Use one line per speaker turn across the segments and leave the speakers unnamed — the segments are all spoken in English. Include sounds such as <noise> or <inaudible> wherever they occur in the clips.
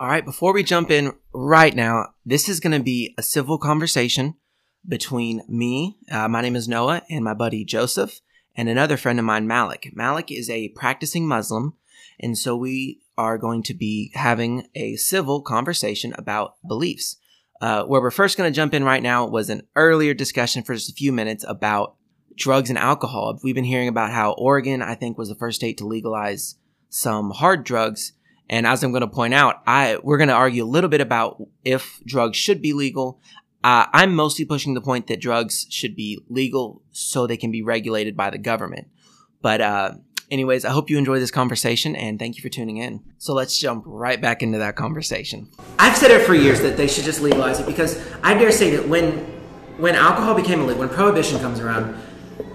All right, before we jump in right now, this is going to be a civil conversation between me, uh, my name is Noah, and my buddy Joseph, and another friend of mine, Malik. Malik is a practicing Muslim, and so we are going to be having a civil conversation about beliefs. Uh, where we're first going to jump in right now was an earlier discussion for just a few minutes about drugs and alcohol. We've been hearing about how Oregon, I think, was the first state to legalize some hard drugs. And as I'm going to point out, I we're going to argue a little bit about if drugs should be legal. Uh, I'm mostly pushing the point that drugs should be legal so they can be regulated by the government. But uh, anyways, I hope you enjoy this conversation and thank you for tuning in. So let's jump right back into that conversation. I've said it for years that they should just legalize it because I dare say that when when alcohol became illegal, when prohibition comes around,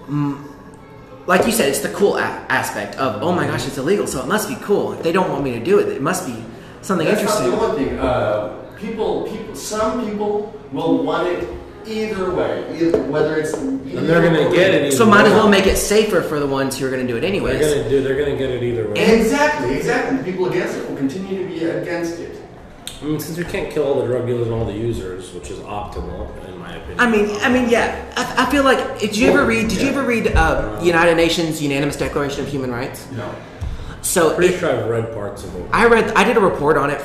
mm, like you said, it's the cool a- aspect of oh my gosh, it's illegal, so it must be cool. If they don't want me to do it, it must be something
That's not
interesting.
the only thing. Uh, people, people, some people will want it either way, either, whether it's.
And they're gonna get it.
So might as well make it safer for the ones who are going to do it anyways.
They're gonna do. They're gonna get it either way.
Exactly, exactly. The people against it will continue to be against it.
I mean, since we can't kill all the drug dealers and all the users, which is optimal in my opinion.
I mean, I mean, yeah. I, I feel like did you ever read? Did you ever read uh, United Nations Unanimous Declaration of Human Rights?
You know,
So
pretty
it,
sure I've read parts of it.
I read. I did a report on it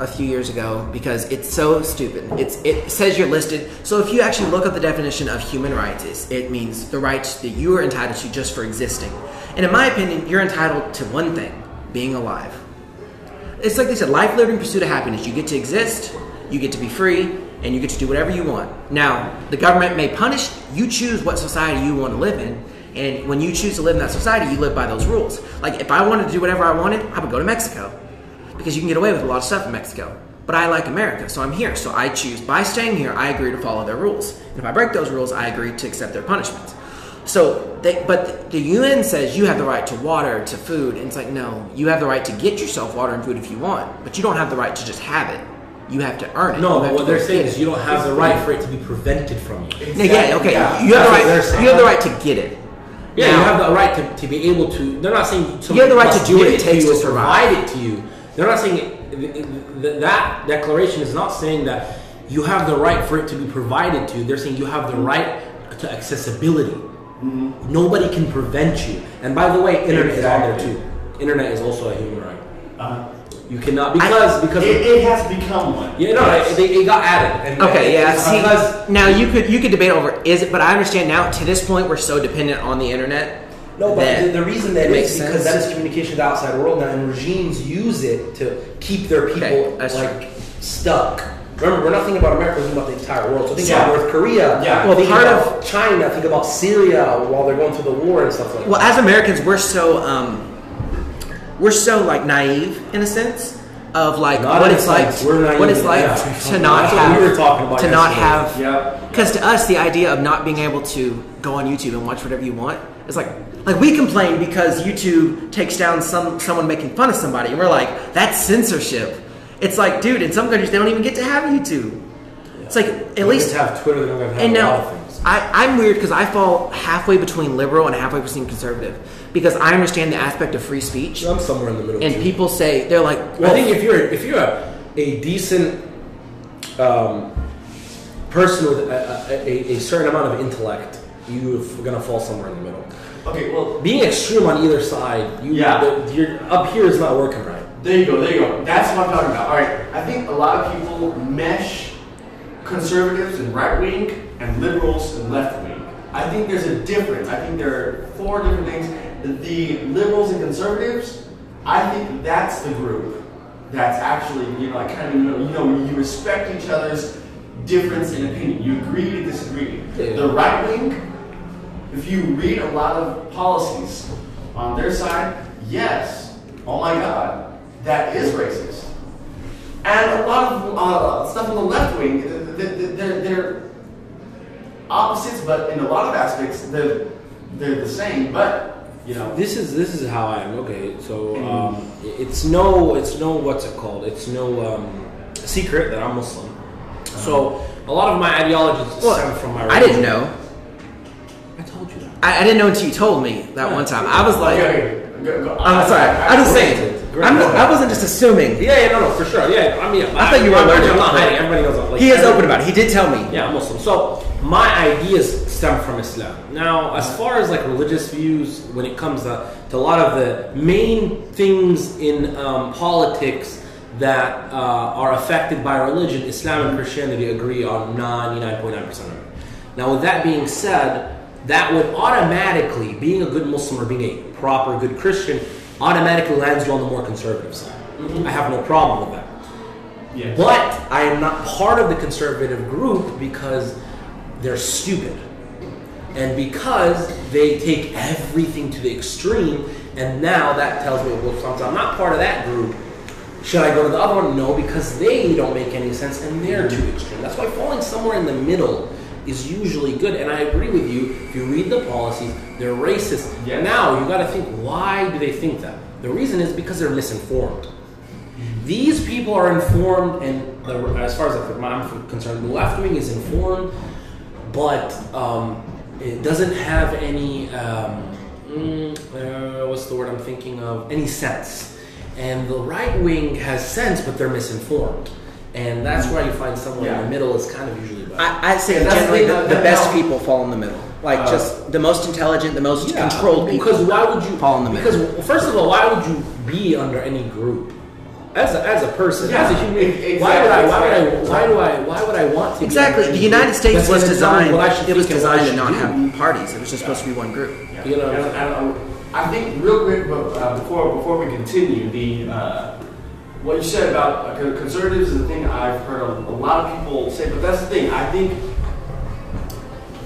a few years ago because it's so stupid. It's it says you're listed. So if you actually look up the definition of human rights, it's, it means the rights that you are entitled to just for existing. And in my opinion, you're entitled to one thing: being alive. It's like they said, life, liberty, and pursuit of happiness. You get to exist, you get to be free, and you get to do whatever you want. Now, the government may punish. You choose what society you want to live in, and when you choose to live in that society, you live by those rules. Like if I wanted to do whatever I wanted, I would go to Mexico because you can get away with a lot of stuff in Mexico. But I like America, so I'm here. So I choose by staying here. I agree to follow their rules. And if I break those rules, I agree to accept their punishment. So, they, but the UN says you have the right to water, to food, and it's like no, you have the right to get yourself water and food if you want, but you don't have the right to just have it. You have to earn it.
No,
You have
but what
to go
they're saying
get
is you don't have the right for it to be prevented from you.
it. Yeah, yeah, okay.
Yeah,
you have
that's
the
what
right.
they're saying.
You have the right to get it.
Yeah,
Now-
you have the right to, to be able to. They're not saying
You have the right to do what
give
it takes
you or
to survive.
provide it to you. They're not saying it, th- th- th- that declaration is not saying that you have the right for it to be provided to you. They're saying you have the right to accessibility.
Mm-hmm.
Nobody can prevent you. And by the way, internet
Exactly.
is on there too. Internet is also a human right.
Uh,
You cannot because
it,
because of,
it has become one.
yeah no it, they- it got added. And,
Okay,
and
yeah.
it's
See,
because
now you could you could debate over is it, but I understand now. To this point, we're so dependent on the internet.
No, but the, the reason that
it makes
is because
sense.
that is communication to the outside world now, and regimes use it to keep their people
Okay, that's
like stuck. Remember, we're not thinking about America; we're thinking about the entire world. So think about
Yeah.
North Korea.
Yeah.
Well,
Think
part
about China. Think about Syria while they're going through the war and stuff like
well, as Americans, we're so um, we're so like naive in a sense of like
Not
what
in a
it's like,
sense, we're naive,
what it's like
yeah.
to not
That's what
have
we were talking about
to not
yesterday.
have.
Yeah.
Because to us, the idea of not being able to go on YouTube and watch whatever you want is like like we complain because YouTube takes down some someone making fun of somebody, and we're like that's censorship. It's like, dude, in some countries they don't even get to have YouTube. It's like at
at
least
least have Twitter. They don't have
and
a
now
lot of things.
I, I'm weird because I fall halfway between liberal and halfway between conservative because I understand the aspect of free speech.
I'm somewhere in the middle.
And
too.
people say they're like,
"Oh,
Well, I think if you're if you're a, a decent um, person with a, a, a- a certain amount of intellect, you're gonna fall somewhere in the middle.
Okay, well,
Being extreme on either side, you
Yeah.
the, you're, up here is not working right.
There you go, there you go. That's what I'm talking about. All right, I think a lot of people mesh conservatives and right wing and liberals and left wing. I think there's a difference. I think there are four different things. The liberals and conservatives, I think that's the group that's actually, you know, like kind of, you know, you, know, you respect each other's difference in opinion. You agree to disagree.
Yeah.
The right wing, if you read a lot of policies on their side, yes, oh my God, that is racist. And a lot of uh, stuff on the left wing, th- th- th- they're, they're opposites, but in a lot of aspects, they're, they're the same, but, you know.
This is this is how I am. Okay, so
Mm-hmm.
um, it's no it's no what's it called? It's no um, secret that I'm Muslim.
Uh-huh.
So a lot of my ideologies
well,
stem from my.
I didn't
religion.
know.
I told you that.
I, I didn't know until you told me that one time. I was like,
Okay, okay, go- go.
I'm sorry. I'm just saying.
Great.
I'm not, I wasn't just assuming.
yeah, yeah, no, no, for sure. Yeah, I mean,
I thought you were
I'm not-
allergic.
I'm not hiding. Everybody knows. I'm Like,
He is
every-
open about it. He did tell me.
Yeah, I'm Muslim. So my ideas stem from Islam. Now, as far as like religious views, when it comes to, to a lot of the main things in um, politics that uh, are affected by religion, Islam and Christianity agree on 99.9% of it. Now, with that being said, that would automatically, being a good Muslim or being a proper good Christian, automatically lands you on the more conservative side. I have no problem with that.
Yes.
But I am not part of the conservative group because they're stupid. And because they take everything to the extreme, and now that tells me, well, since I'm not part of that group, should I go to the other one? No, because they don't make any sense and they're too
Mm-hmm.
extreme. That's why falling somewhere in the middle is usually good. And I agree with you. If you read the policies, they're racist.
Yes.
Now you got to think, why do they think that? The reason is because they're misinformed these people are informed, and the, as far as I'm concerned, the left wing is informed, but um, it doesn't have any um, mm, uh, what's the word I'm thinking of? Any sense. And the right wing has sense, but they're misinformed, and that's why you find someone in
Yeah.
the middle is kind of usually better.
I, I'd say
And that's
generally
the-
the, the
the-
best
no.
people fall in the middle. Like
Uh,
just the most intelligent, the most
Yeah,
controlled people.
Because why would you
fall in the middle?
Because well, first of all, why would you be under any group? As a, as a person,
Yeah,
as a human,
e-
why would I? Why would I?
exactly.
Why do I? Why would I want to? be
Exactly.
under
The
any
United
group?
States
That's
was
gonna tell me
designed.
what I should
It was
think and
designed
what I
to
should
not
do.
have parties. It was just supposed to be one group.
Yeah.
You know-
And I, don't- I think real quick, but uh, before before we continue, the uh, what you said about uh, con- conservatives is a thing I've heard a, a lot of people say. But that's the thing. I think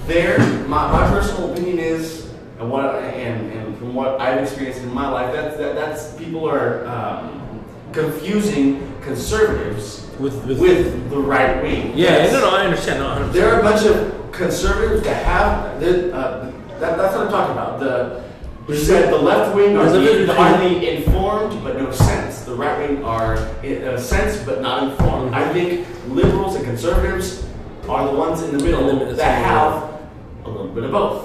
there, my, my personal opinion is, and what I- and, and from what I've experienced in my life, that's that, that's people are um, confusing conservatives
With- with-
with, the right wing.
Yeah,
That's-
no, no, I understand. No, 100%.
there are a bunch of conservatives that have that, uh, that that's what I'm talking about. The you said the left wing are
There's a
the,
difference
are
between-
the informed but no sense. The right wing are uh, sense but not informed.
Mm-hmm.
I think liberals and conservatives are the ones in the
In the
middle
middle,
that
somewhere.
have a little bit of both.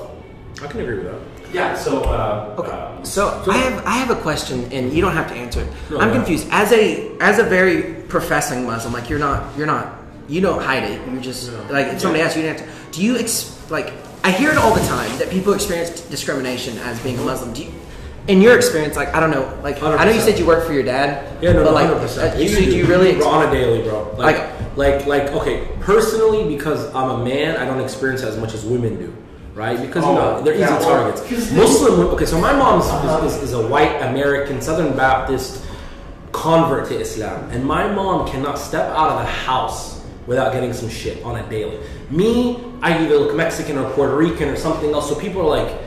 I can agree with that.
Yeah. So. Uh,
Okay.
um,
So, I have I have a question, and you don't have to answer it.
No,
I'm
no.
confused. As a as a very professing Muslim, like you're not you're not you don't hide it. You just
No.
like if somebody asks you, you don't have to. Do you ex- like I hear it all the time that people experience discrimination as being a
Mm-hmm.
Muslim. Do you? In your experience, like I don't know, like I know you
100%.
said you work for your dad,
Yeah, no,
but
no,
like,
100%.
uh, you, so do you really?
Bro, on a daily, bro? Like,
Like-
like, like, okay. Personally, because I'm a man, I don't experience it as much as women do, right? Because you
Oh,
know they're
yeah,
easy
or-
targets. Muslim. wo- Okay, so my mom is, is, is a white American Southern Baptist convert to Islam, and my mom cannot step out of the house without getting some shit on a daily. Me, I either look Mexican or Puerto Rican or something else. So people are like.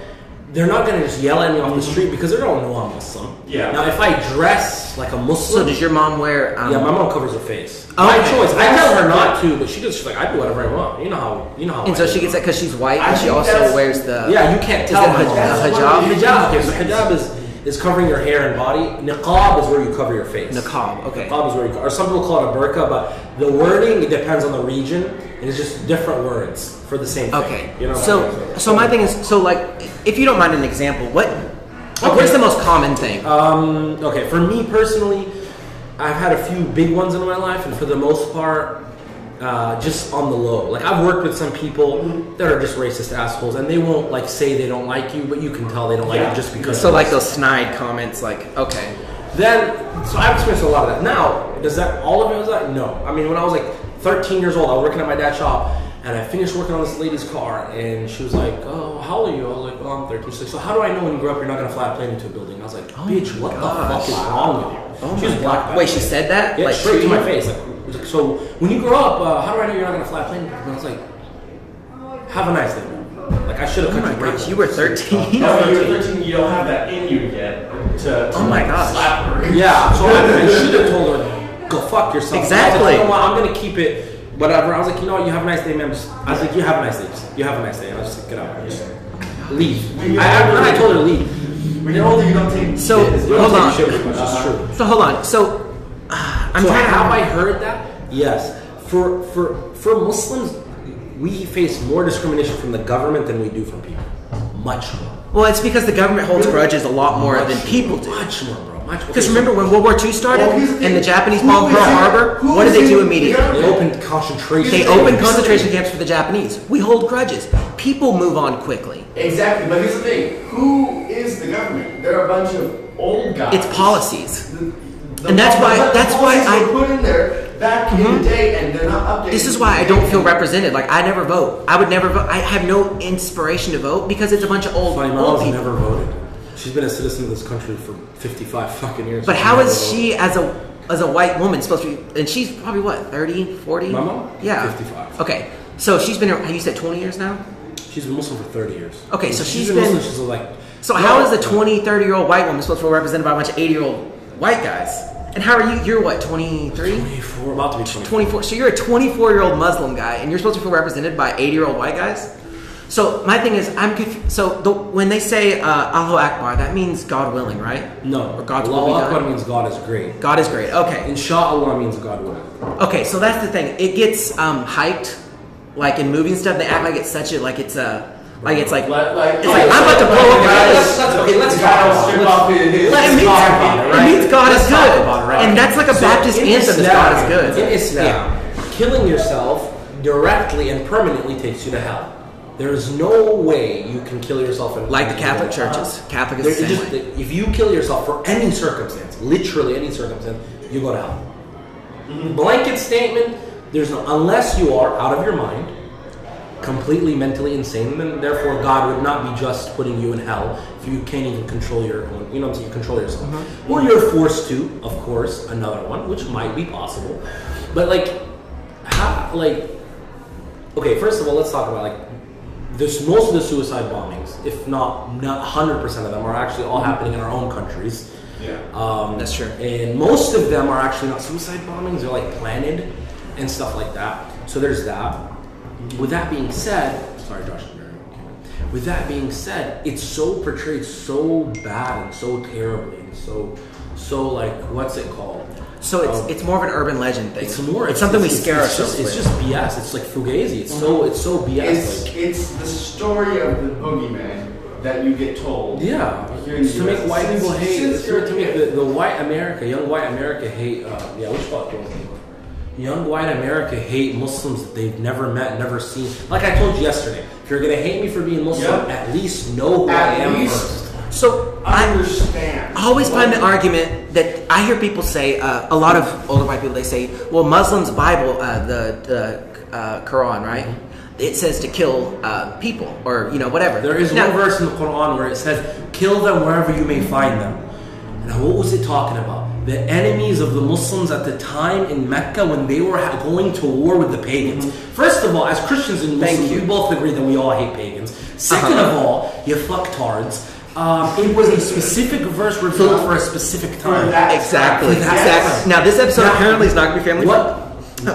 They're not gonna just yell at me off the street because they don't know I'm Muslim.
Yeah.
Now, if I dress like a Muslim,
So does your mom wear? Um,
yeah, my mom covers her face.
Oh,
my
okay.
choice. I tell her not to, but she just she's like I do whatever I want. You know how you know how.
and
I
so
do.
she gets that because she's white,
I
and she
think
also
that's-
wears the
Yeah, you can't
Is
tell
it
my
a
mom.
hij- a
The
hijab?
hijab. Okay, so hijab is is covering your hair and body. Niqab is where you cover your face.
Niqab, okay.
Niqab is where you co- or some people call it a burqa, but the wording it depends on the region, and it's just different words for the same thing.
Okay.
You know. what I'm
so,
saying?
so my thing is, so like, if you don't mind an example, what, like,
Okay.
what's the most common thing?
Um, okay, for me personally, I've had a few big ones in my life, and for the most part, uh, just on the low. Like I've worked with some people that are just racist assholes, and they won't like say they don't like you, but you can tell they don't like
Yeah.
you just because.
so
of
like
this.
those snide comments, like, okay,
then, so I've experienced a lot of that. Now, does that all of it was that? No. I mean, when I was like 13 years old, I was working at my dad's shop. And I finished working on this lady's car, and she was like, "Oh, how old are you?" I was like, "Oh, I'm 13." She's like, "So how do I know when you grow up you're not gonna fly a plane into a building?" I was like, "Bitch, what
Oh gosh.
the fuck is wrong with you?"
oh
she was
my
black.
God.
by
Wait,
the
she
way.
said that?
Yeah,
like,
straight to
she-
my face. Like, was like, so when you grow up, uh, how do I know you're not gonna fly a plane? And I was like, have a nice day. Like I should have
Oh
cut
my
you break.
gosh, you were 13.
no, when you're 13, you don't have that in you yet to, to
Oh my
like,
gosh.
slap her.
Yeah, so I, I should have told her, go fuck yourself.
Exactly.
I was like, you know what? I'm gonna keep it. Whatever. I was like, you know what? You have a nice day, man. Just- I was like, you have a nice day. Just- You have a nice day. And I was just like, get out. Just leave. I, I, when I told her to leave.
When you're older, you don't take
So,
shit as
We don't
Hold
take
on.
Shit as much. It's true.
So hold on. So uh, I'm
so
trying to
have I heard that? Yes. For for for Muslims, we face more discrimination from the government than we do from people. Much more.
Well, it's because the government holds grudges a lot more than people do.
Much more, bro. much. Okay,
Because
so-
remember when World War II started
Well, here's the
and the
thing.
Japanese
Who
bombed
is
Pearl
it?
Harbor,
Who
what did
is
they
it?
do immediately?
Yeah.
they opened concentration.
They
Here's the
opened
thing.
concentration camps for the Japanese. We hold grudges. People move on quickly.
Exactly, but here's the thing: who is the government? They're a bunch of old guys.
It's policies.
The- the
And that's why-
but the
that's why
policies were
I- Mm-hmm.
put in there back in the day, and they're not updated.
This is why I don't feel represented. Like I never vote. I would never vote. I have no inspiration to vote because it's a bunch of old,
My
old
mom's
people.
never voted. She's been a citizen of this country for 55 fucking years.
But
She's
how
never
is she as a as a white woman supposed to be and she's probably what, 30, 40?
My mom?
Yeah.
55.
Okay. So she's been have you said 20 years now?
voted. She's been Muslim for 30 years.
Okay, so she's been-
Muslim since like.
So how
No,
is a
no.
20, 30 year old white woman supposed to be represented by a bunch of 80 year old white guys? And how are you you're what, 23?
24, about to be 24.
24. So you're a 24 year old Muslim guy, and you're supposed to feel represented by 80 year old white guys. So my thing is, I'm conf- so the, when they say uh, Allahu Akbar, that means God willing, right?
No,
or God's will be
Allah Akbar
done.
means God is great.
God is great. Okay,
Inshallah means God will.
okay. So that's the thing. It gets um, hyped, like in movies and stuff. They act like it's such a like it's a like it's like
Like, oh, like,
It's like, I'm about to blow up guys.
okay, let's
the
talk
guy will
about it.
strip off his. his
But it means,
top
it
bottom, right?
means God is
Let's talk
good,
about it, right?
and that's like a
So,
Baptist
in
anthem. Is God is good.
In Islam, killing yourself directly and permanently takes you to hell. There is no way you can kill yourself. And
Like the Catholic churches. Catholic is the
There- it
same
just-
way.
If you kill yourself for any circumstance, literally any circumstance, you go to hell. Blanket statement. There's no unless you are out of your mind, completely mentally insane, then therefore God would not be just putting you in hell if you can't even control your own. You know what I'm saying? You control yourself, or you're forced to. Of course, another one, which might be possible, but like, how, like, okay. First of all, let's talk about like this. Most of the suicide bombings, if not not 100 percent of them, are actually all happening in our own countries.
Yeah.
Um,
That's true.
And most of them are actually not suicide bombings, they're like planted and stuff like that. So there's that. With that being said, sorry, Josh. With that being said, it's so portrayed so bad and so terribly and so, so like, what's it called?
So it's
Um,
it's more of an urban legend thing.
It's more.
It's something we scare
it's
ourselves
Just, it's
with.
just BS. It's like fugazi. It's so. It's so BS.
It's
like,
it's the story of the boogeyman that you get told.
Yeah,
Here in the
to make
US.
white people
Since-
hate,
since you're
to
a
make
kid.
the, the white America, young white America hate. Uh, yeah, which fuck was it? Young white America hate Muslims that they've never met, never seen. Like I told you yesterday, if you're gonna hate me for being Muslim,
Yeah.
at least know who I
At
am
least
first.
so I,
understand.
I always find the
Why-
argument that I hear people say, uh, a lot of older white people, they say, well, Muslims' Bible, uh, the, the uh, Quran, right? It says to kill uh, people or, you know, whatever.
Mm-hmm. There is
Now,
one verse in the Quran where it says, "Kill them wherever you may find them." Now, what was it talking about? The enemies of the Muslims at the time in Mecca when they were ha- going to war with the pagans.
Mm-hmm.
First of all, as Christians and
Thank
Muslims,
you.
we both agree that we all hate pagans.
Uh-huh.
2nd of all, you fucktards. Um, it was a specific verse revealed for a specific
For
time.
that
Exactly.
time.
That's-
Exactly. Now, this episode
Now-
apparently is not going to be family
What?
friendly,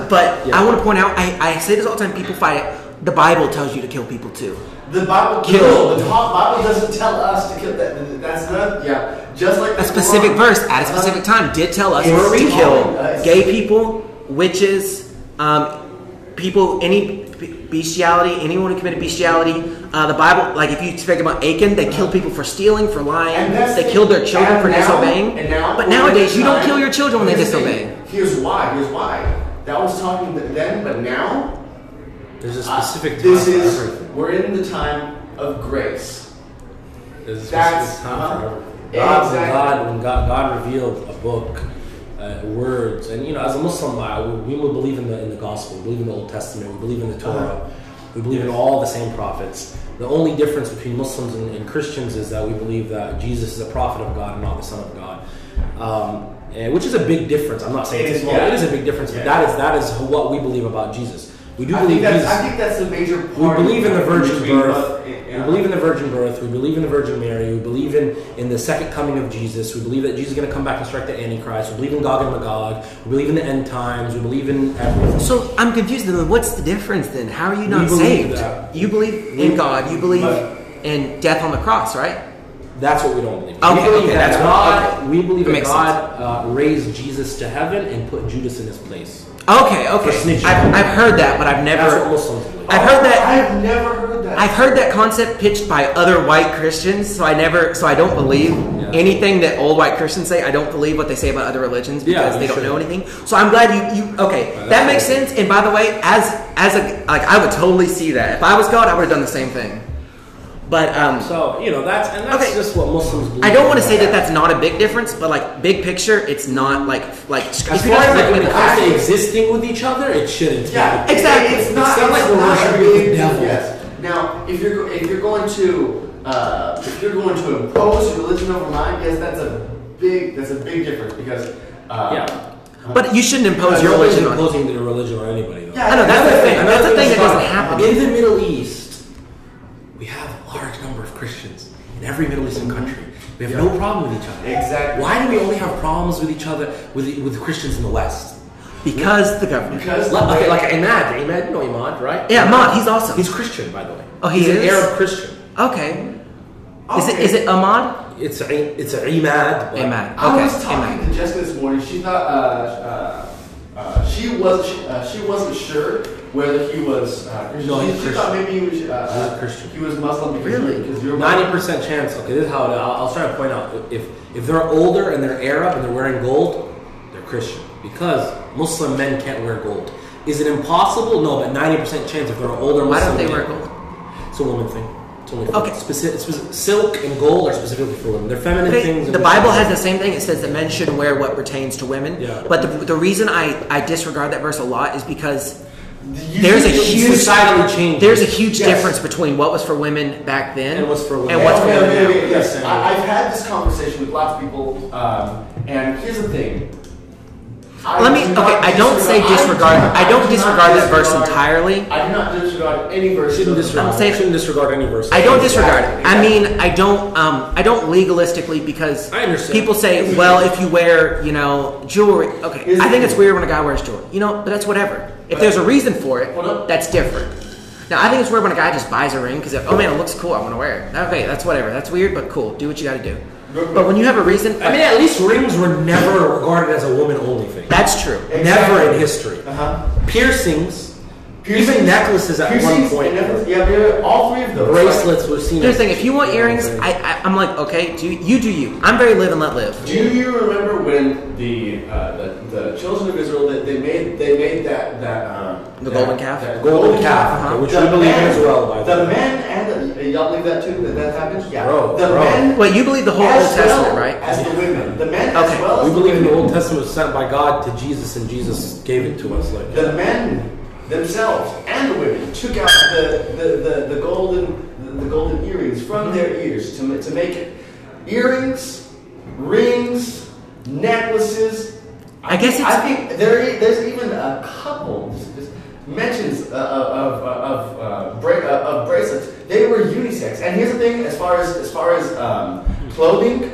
But
Yeah.
I want to point out, I, I say this all the time, people fight it. The Bible tells you to kill people too.
The Bible
Kill.
No, the top Bible doesn't tell us to kill that. That's the yeah. Just like
A specific verse at a specific time did tell us
It's
to
telling
kill
us.
gay people, witches, um, people, any b- bestiality, anyone who committed bestiality. Uh, the Bible, like if you think about Achan, they killed people for stealing, for lying.
And that's
They
the-
killed their children
and
for
now-
disobeying.
and now-
but nowadays, you don't
time-
kill your children when they
here's the
disobey.
thing. Here's why. Here's why. That was talking th- then, but now
There's a
uh,
specific time
this
for
is
everything.
we're in the time of grace.
There's a
That's-
specific time for
uh-huh.
everything. God, when
Exactly.
God, when God, God revealed a book, uh, words, and you know, as a Muslim, I, we would believe in the in the gospel, we believe in the Old Testament, we believe in the Torah, we believe in all the same prophets. The only difference between Muslims and, and Christians is that we believe that Jesus is a prophet of God and not the Son of God, um, and, which is a big difference. I'm not saying
It
it's
is,
small,
yeah.
it is a big difference, but
Yeah.
that is that is what we believe about Jesus. We do
I
believe
think that's.
Jesus.
I think that's the major
We
part.
believe in the virgin
between
birth.
what-
We
yeah.
believe in the virgin birth. We believe in the Virgin Mary. We believe in, in the second coming of Jesus. We believe that Jesus is going to come back and strike the Antichrist. We believe in Gog and Magog. We believe in the end times. We believe in everything.
So I'm confused. Then what's the difference? Then how are you not
believe
saved?
that.
You believe in God. You believe
But-
in death on the cross, right?
That's what we don't believe.
Okay,
we believe
okay,
that
that's what-
God.
okay.
We believe
That
that
makes
God uh, raised Jesus to heaven and put Judas in his place.
Okay,
For
okay.
snitching.
I've, I've heard that, but I've
That's what
never.
Muslims believe.
I've heard that.
I've never heard that.
I've heard that concept pitched by other white Christians, so I never, so I don't believe.
Yeah.
anything that old white Christians say, I don't believe what they say about other religions
Yeah,
because
you
they don't know
shouldn't.
anything. So I'm glad you, you okay.
that's
that makes
cool.
sense. And by the way, as as a like, I would totally see that. If I was God, I would have done the same thing. But um,
So you know that's and that's
Okay.
just what Muslims believe.
I don't want to say that that's not a big difference, but like big picture, it's not like like
As
if
far
you're not
as like
looking
when
at the
it comes to
facts,
existing with each other, it shouldn't. be.
Yeah,
Exactly.
It's not,
It sounds like
it's
we're
not a
worshiping the
big-
devil.
Yes. Now, if you're go- if you're going to uh, if you're going to impose religion over mine, yes, that's a big that's a big difference because uh,
Yeah.
but you shouldn't impose
Because
your
you're
religion on.
not imposing the religion on anybody. Though.
Yeah,
I know that's the thing. That's the thing that doesn't
is,
happen.
In the Middle East, we have a large number of Christians in every Middle Eastern country. We have no problem with each other.
Exactly.
Why do we only have problems with each other with the, with the Christians in the West?
Because the government.
because
Like- Okay, like Imad, Imad, you know Imad, right?
Yeah, Ahmad, he's awesome.
He's Christian, by the way.
Oh, he
he's an
is?
Arab Christian.
okay. Is it is it Ahmad?
It's a, it's a Imad. but-
Ahmad.
I
Okay.
was talking
Ahmad.
to Jessica this morning. She thought uh, uh, uh, she was she, uh, she wasn't sure whether he was. Uh,
No,
she,
he's
she thought
Christian.
maybe he was. Uh,
He's Christian.
He was Muslim. Because
Really?
Because you're
Ninety percent chance. Okay, this is how it, I'll, I'll try to point out. If if they're older and they're Arab and they're wearing gold, they're Christian because Muslim men can't wear gold. Is it impossible? No, but ninety percent chance if they're older. Muslim
Why don't they
men-
wear gold?
It's a woman thing. It's only for
Okay.
Specific, specific, silk and gold are specifically for women. They're feminine
Okay,
things.
the Bible has the same thing. It says that men should wear what pertains to women.
Yeah.
But the, the reason I, I disregard that verse a lot is because
You
e- there's a
think-
huge
societally changes.
There's a huge
Yes.
difference between what was for women back then
And what's for women.
and what's for
Okay,
women
okay,
now.
okay, yes.
Yes.
I, I've had this conversation with lots of people, um, and here's the thing. I
Let me.
do
Okay,
not
I don't say
I do
disregard.
not-
I
do
don't
not
disregard that verse
disregard-
entirely.
I do not disregard any verse.
Shouldn't
of the
disregard.
I'm saying-
shouldn't disregard any verse.
I don't disregard it. I
Exactly.
mean, I don't. Um, I don't legalistically because
I understand.
people say, "Well, if you wear, you know, jewelry." Okay,
Here's
I
the
think it's
thing.
weird when a guy wears jewelry. You know, but that's whatever. If there's a reason for it,
Hold up.
that's different. Now, I think it's weird when a guy just buys a ring because oh man, it looks cool. I want to wear it. Okay, that's whatever. That's weird, but cool. Do what you got to do.
Real quick.
But when you have a reason,
I mean, at least rings were never regarded as a woman only thing.
that's true.
Exactly.
Never in history.
Uh-huh.
Piercings,
Piercings-
even necklaces at one
piercings
point.
and necklaces- Yeah, they're all three of those.
bracelets were seen.
Here's
as
the thing: if you want
Yeah,
earrings,
very-
I, I I'm like, okay, do you do you? I'm very live and let live.
Do you remember when the, uh, the the children of Israel that they made they made that that um,
The
that-
golden calf?
that
Golden calf, okay,
Uh-huh.
which we believe in as well, by the
the
way.
men and the, y'all believe that too that that happened yeah
Bro,
the
bro.
men
Well, you believe the whole
as
Old Testament,
well
right?
as the women the men as
Okay.
well as
we believe in the
women.
Old Testament was sent by God to Jesus, and Jesus gave it to us. Like
the men themselves and the women took out the, the, the, the golden the golden earrings from their
Mm-hmm.
ears to, ma- to make it earrings, rings, necklaces.
I guess
think-
it's-
I think there i- there's even a couple just- just mentions uh, of of, of, uh, bra- uh, of bracelets. They were unisex. And here's the thing: as far as as far as um, clothing,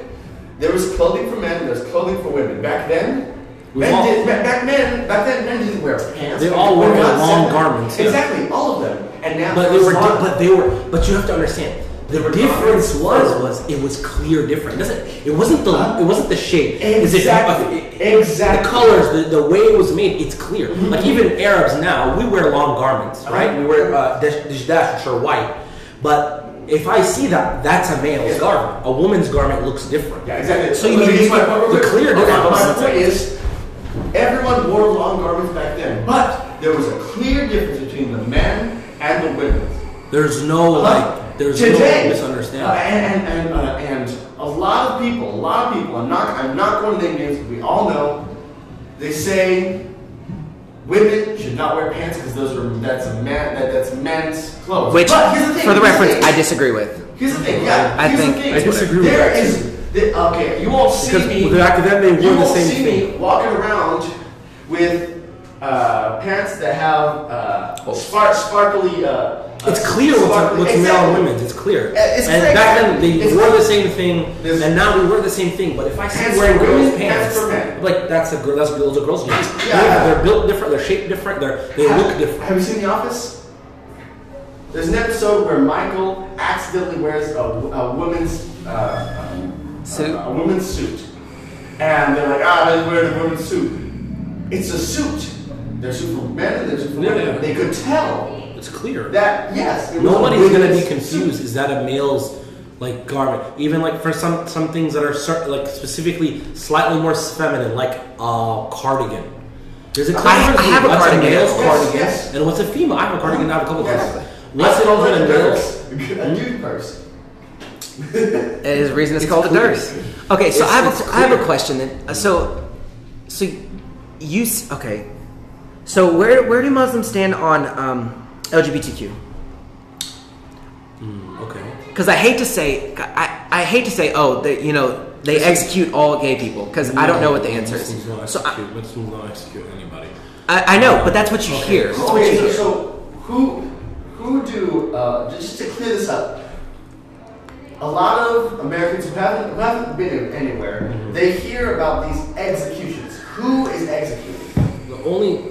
there was clothing for men. There's clothing for women. Back then.
We
Men
all-
did, back back then, back then, men didn't wear pants.
They all
We're
wore
not
long
separate.
garments, yeah.
Exactly, all of them. And now,
but they were,
smart.
but they were, but you have to understand. The
They were
difference
not-
was, was it was clear different. Doesn't it wasn't the it wasn't the shape. Is it-
Exactly,
it- it-
exactly. Mm-hmm.
The colors, the, the way it was made, it's clear. Like even Arabs now, we wear long garments, right?
Uh-huh.
We wear uh, dish- dishdash, which are white. But if I see that, that's a male's
Yeah.
garment. A woman's garment looks different.
yeah, exactly.
So you
Let me
mean
use my
the-
point real
the
quick.
clear
Okay, My
difference.
point is, everyone wore long garments back then, but there was a clear difference between the men and the women.
There's no like there's
Uh-huh. Today,
no
uh,
misunderstanding.
and and and, uh, and a lot of people, a lot of people. I'm not I'm not going to name names. But we all know. They say women should not wear pants because those are that's a man that, that's men's clothes.
Which,
but here's the thing,
for the
here's
reference,
thing.
I disagree with.
Here's the thing, yeah.
I
here's
think-
the thing.
I disagree
with
There
that,
is- the- okay, you won't see
Because
me.
back then they
you
wore the
won't
same
see me
thing.
walking around with uh, pants that have uh, spark, sparkly. Uh,
Oh. It's
uh,
clear what's,
sparkly-
what's male
exactly.
and women's. It's clear.
Uh, it's
and
clear.
back then they
It's
wore
clear.
the same thing,
There's-
and now we wear the same thing. But if I see
Pants
wearing
for
women's
women, pants
pants,
for men.
like that's a girl. That's girls are girls' jeans.
Yeah.
They're- They're built different. They're shaped different. They're, they
have,
look different.
Have you seen The Office? There's an episode where Michael accidentally wears a, a woman's uh, um,
Suit?
A, a woman's suit, and they're like, ah, they wear the woman's suit. It's a suit. There's a suit for men and there's a suit for
Yeah,
women.
yeah.
They could tell
It's clear.
that yes, it was a
Nobody's gonna
women's
be confused.
suit.
Is that a male's like garbage. Even like for some some things that are cer- like specifically slightly more feminine, like uh, cardigan. There's a
I- I have a
what's
cardigan.
male's
Yes,
cardigan
yes.
and what's a female. I have a cardigan. I have a couple
Yes.
cardigans. What's it over the male's?
A dude purse.
It is a reason it's,
It's
called
clear.
a nurse. Okay, so
It's-
I have
it's
a, I have a
clear.
question then. Uh, So, so you s- okay? So where where do Muslims stand on um, LGBTQ?
Okay.
Because I hate to say I, I hate to say oh that you know they execute all gay people because I don't know what the answer is.
Muslims don't
So I,
execute- Muslims don't execute anybody.
I, I know, but that's what you hear. That's
Oh,
what you
wait, so,
hear.
so who who do uh, just to clear this up? A lot of Americans who haven't, who haven't been anywhere, they hear about these executions. Who is executing?
The only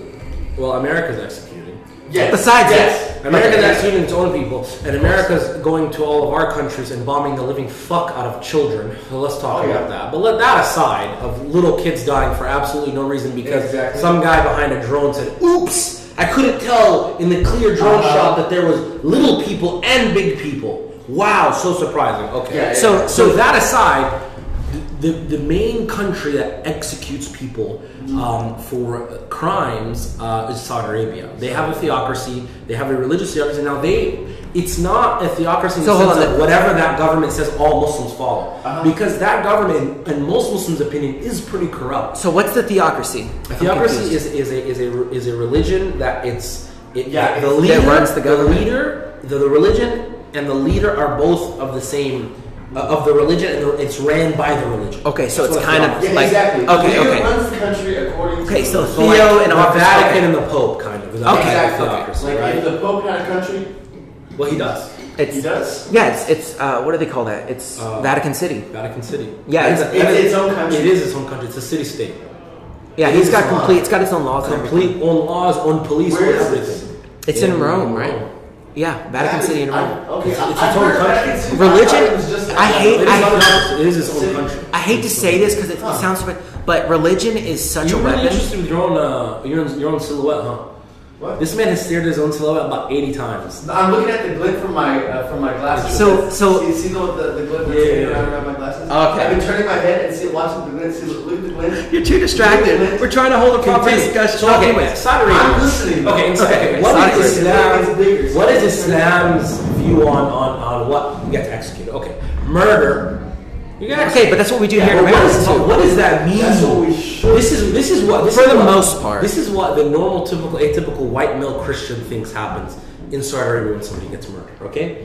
well, America's executing.
Yes.
Besides
yes.
America's
Okay.
executing its own people, and America's going to all of our countries and bombing the living fuck out of children. So let's talk
Oh, yeah.
about that. But let that aside of little kids dying for absolutely no reason because
Exactly.
some guy behind a drone said, "Oops, I couldn't tell in the clear drone
Uh-huh.
shot that there was little people and big people." Wow, so surprising. Okay.
Yeah, yeah,
so
yeah.
so that aside, the, the, the main country that executes people um, for crimes uh, is Saudi Arabia. They have a theocracy. They have a religious theocracy. Now they, it's not a theocracy in
So
the
hold on,
sense
Uh-huh.
of
that-
whatever that government says, all Muslims follow, because that government, in most Muslims' opinion, is pretty corrupt.
So what's the theocracy?
A
I'm
theocracy
confused.
is, is a is a is a religion that it's it,
Yeah,
the
it's-
leader
that runs the government.
leader the, the religion and the leader are both of the same uh, of the religion and the, it's ran by the religion.
okay. So
That's
it's
what a
kind of
theocracy
Yeah,
is.
like
exactly.
okay,
Who
okay,
runs the country according
okay.
to
So
So
Theo
like
and
the
office.
Vatican and the Pope kind of. is that
Okay.
kind of
Exactly.
theocracy,
like
right?
if the Pope had a country,
well, he does.
he
It's
does.
yeah. It's it's uh, what do they call that? It's
Uh,
Vatican City.
Vatican City.
Yeah,
That
it's-
is-
it's
that is-
its own country.
It is its own country. It's a city state.
Yeah,
It
he's
is
got
a lot.
complete. It's got its own laws. and everything.
Complete own laws, own police,
Where
own
is this?
everything.
It's in Rome, right? Yeah, Vatican City in Rome.
I- Okay,
It's-
I-
it's
I've
its own
heard
country.
Vatican City,
Religion?
thought it was just
I
that.
hate-
It is,
I-
not- it is its own country.
I hate to say this because it, it sounds stupid, but religion is such
You're
a
really
weapon.
interested with your own, uh, your own, your own silhouette, huh?
What?
This man has stared at his own silhouette about 80 times.
I'm looking at the glint from my uh, from my glasses.
So- so-
see, see the the, the glint that's
Yeah,
yeah,
yeah.
around around my glasses.
Okay.
I've been turning my head and see watching the glint. See, look, look at the glint.
You're too distracted. We're trying to hold a proper
Continue.
discussion.
So, okay,
Anyway,
Saudi Arabia.
I'm listening.
Okay, so, okay. What
Saudi
is
Arabia. It's bigger.
Islam? What is Islam's view on on on what you get to execute? Okay, murder. You get
Okay, but that's what we do
Yeah,
here in
but what
America
is-
too.
What does that mean?
That's what we should.
This is this is what this
For
is
the
what-
most part.
This is what the normal, typical, atypical white male Christian thinks happens in Saudi Arabia when somebody gets murdered. Okay,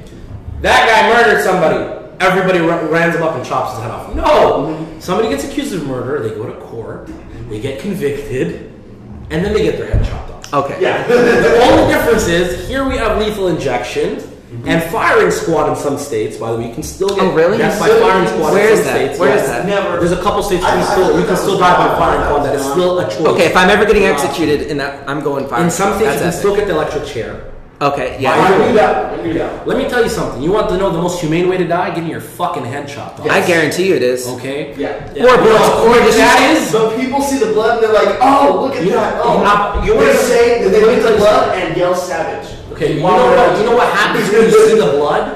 that guy murdered somebody. Everybody ra- rams him up and chops his head off. No, somebody gets accused of murder. They go to court. They get convicted, and then they get their head chopped off.
Okay.
<laughs> Yeah.
The only difference is here we have lethal injection
Mm-hmm.
and firing squad in some states. By the way, you can still get
Oh, really?
death by
Still-
firing squad.
where
in
is
some
that?
States.
Where is
yes.
that?
Never.
There's a couple states
I-
where you,
I
still,
thought
you can
that
still
was
die by
gone.
firing
I
squad.
thought
That
that
is
was
still a choice.
Okay, if I'm ever getting
Uh,
executed, and that I'm going fire.
in some states, you
That's
can
epic.
still get the electric chair.
Okay.
I
Yeah.
knew that. I knew that.
Let me tell you something. You want to know the most humane way to die? Give me your fucking head chopped off.
I guarantee you it is.
Okay.
Yeah.
Or
No,
or just
that is.
So people see the blood and they're like, "Oh, look at
You- uh,
that!" Oh,
you- you
they
wanna-
say that they
let
look
me
at
tell
the
you
blood and yell savage.
Okay, you
While
know
we're
what?
at-
You know what happens when you see the blood?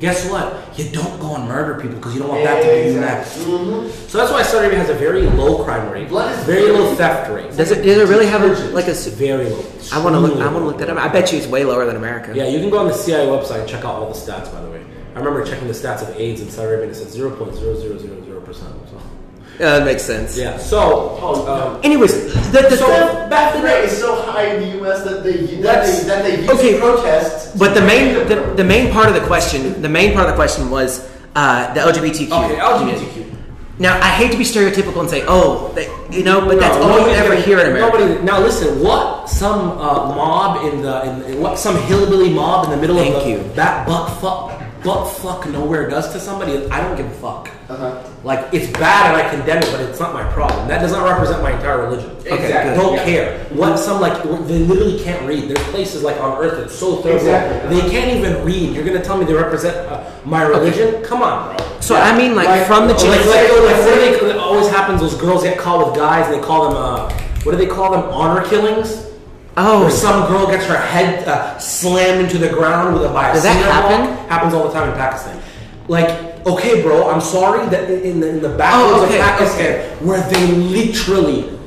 Guess what? You don't go and murder people because you don't want that to be you next.
Exactly. Mhm.
So that's why Saudi Arabia has a very low crime rate,
Blood is
very low theft rate.
Does it? Does it really have a like a?
It's
su-
very low.
I want to look. I
Extremely
want to
low.
look that up. I bet you it's way lower than America.
Yeah, you can go on the CIA website and check out all the stats. By the way, I remember checking the stats of AIDS in Saudi Arabia. and It said zero point zero zero zero zero percent.
Uh, that makes sense.
Yeah. So. um,
Anyways, the, the
So-
theft-
<laughs> Oh, The Theft rate is so high in the U.S. that they that they,
That's-
that they use
Okay.
protests. to
But the main
make
the, the main part of the question the main part of the question was uh, the LGBTQ.
okay,
community.
LGBTQ.
Now I hate to be stereotypical and say oh they, you know but that's
No,
all you
nobody's
ever
gonna-
hear in America.
Nobody. Now listen, what some uh, mob in the in, in- what some hillbilly mob in the middle
Thank
of the,
you.
that buck fuck buck fuck nowhere does to somebody, I don't give a fuck.
Uh-huh.
Like it's bad and I condemn it, but it's not my problem. That does not represent my entire religion.
Exactly.
I don't
Yeah.
care. What some like they literally can't read. There's places like on Earth that's so thorough
Exactly.
they can't even read. You're gonna tell me they represent uh, my religion? Come on, bro.
So I mean like,
Like-
from the
Like, like,
Genesis.
like, what do they, it always happens, those girls get caught with guys and they call them, uh, what do they call them? Honor killings? Where
oh
some girl gets her head uh, slammed into the ground with a by a
Does that
cinder block.
happen?
Happens all the time in Pakistan. Like, okay, bro, I'm sorry that in, in the, in the backwoods
Oh, okay,
of Pakistan,
okay.
where they literally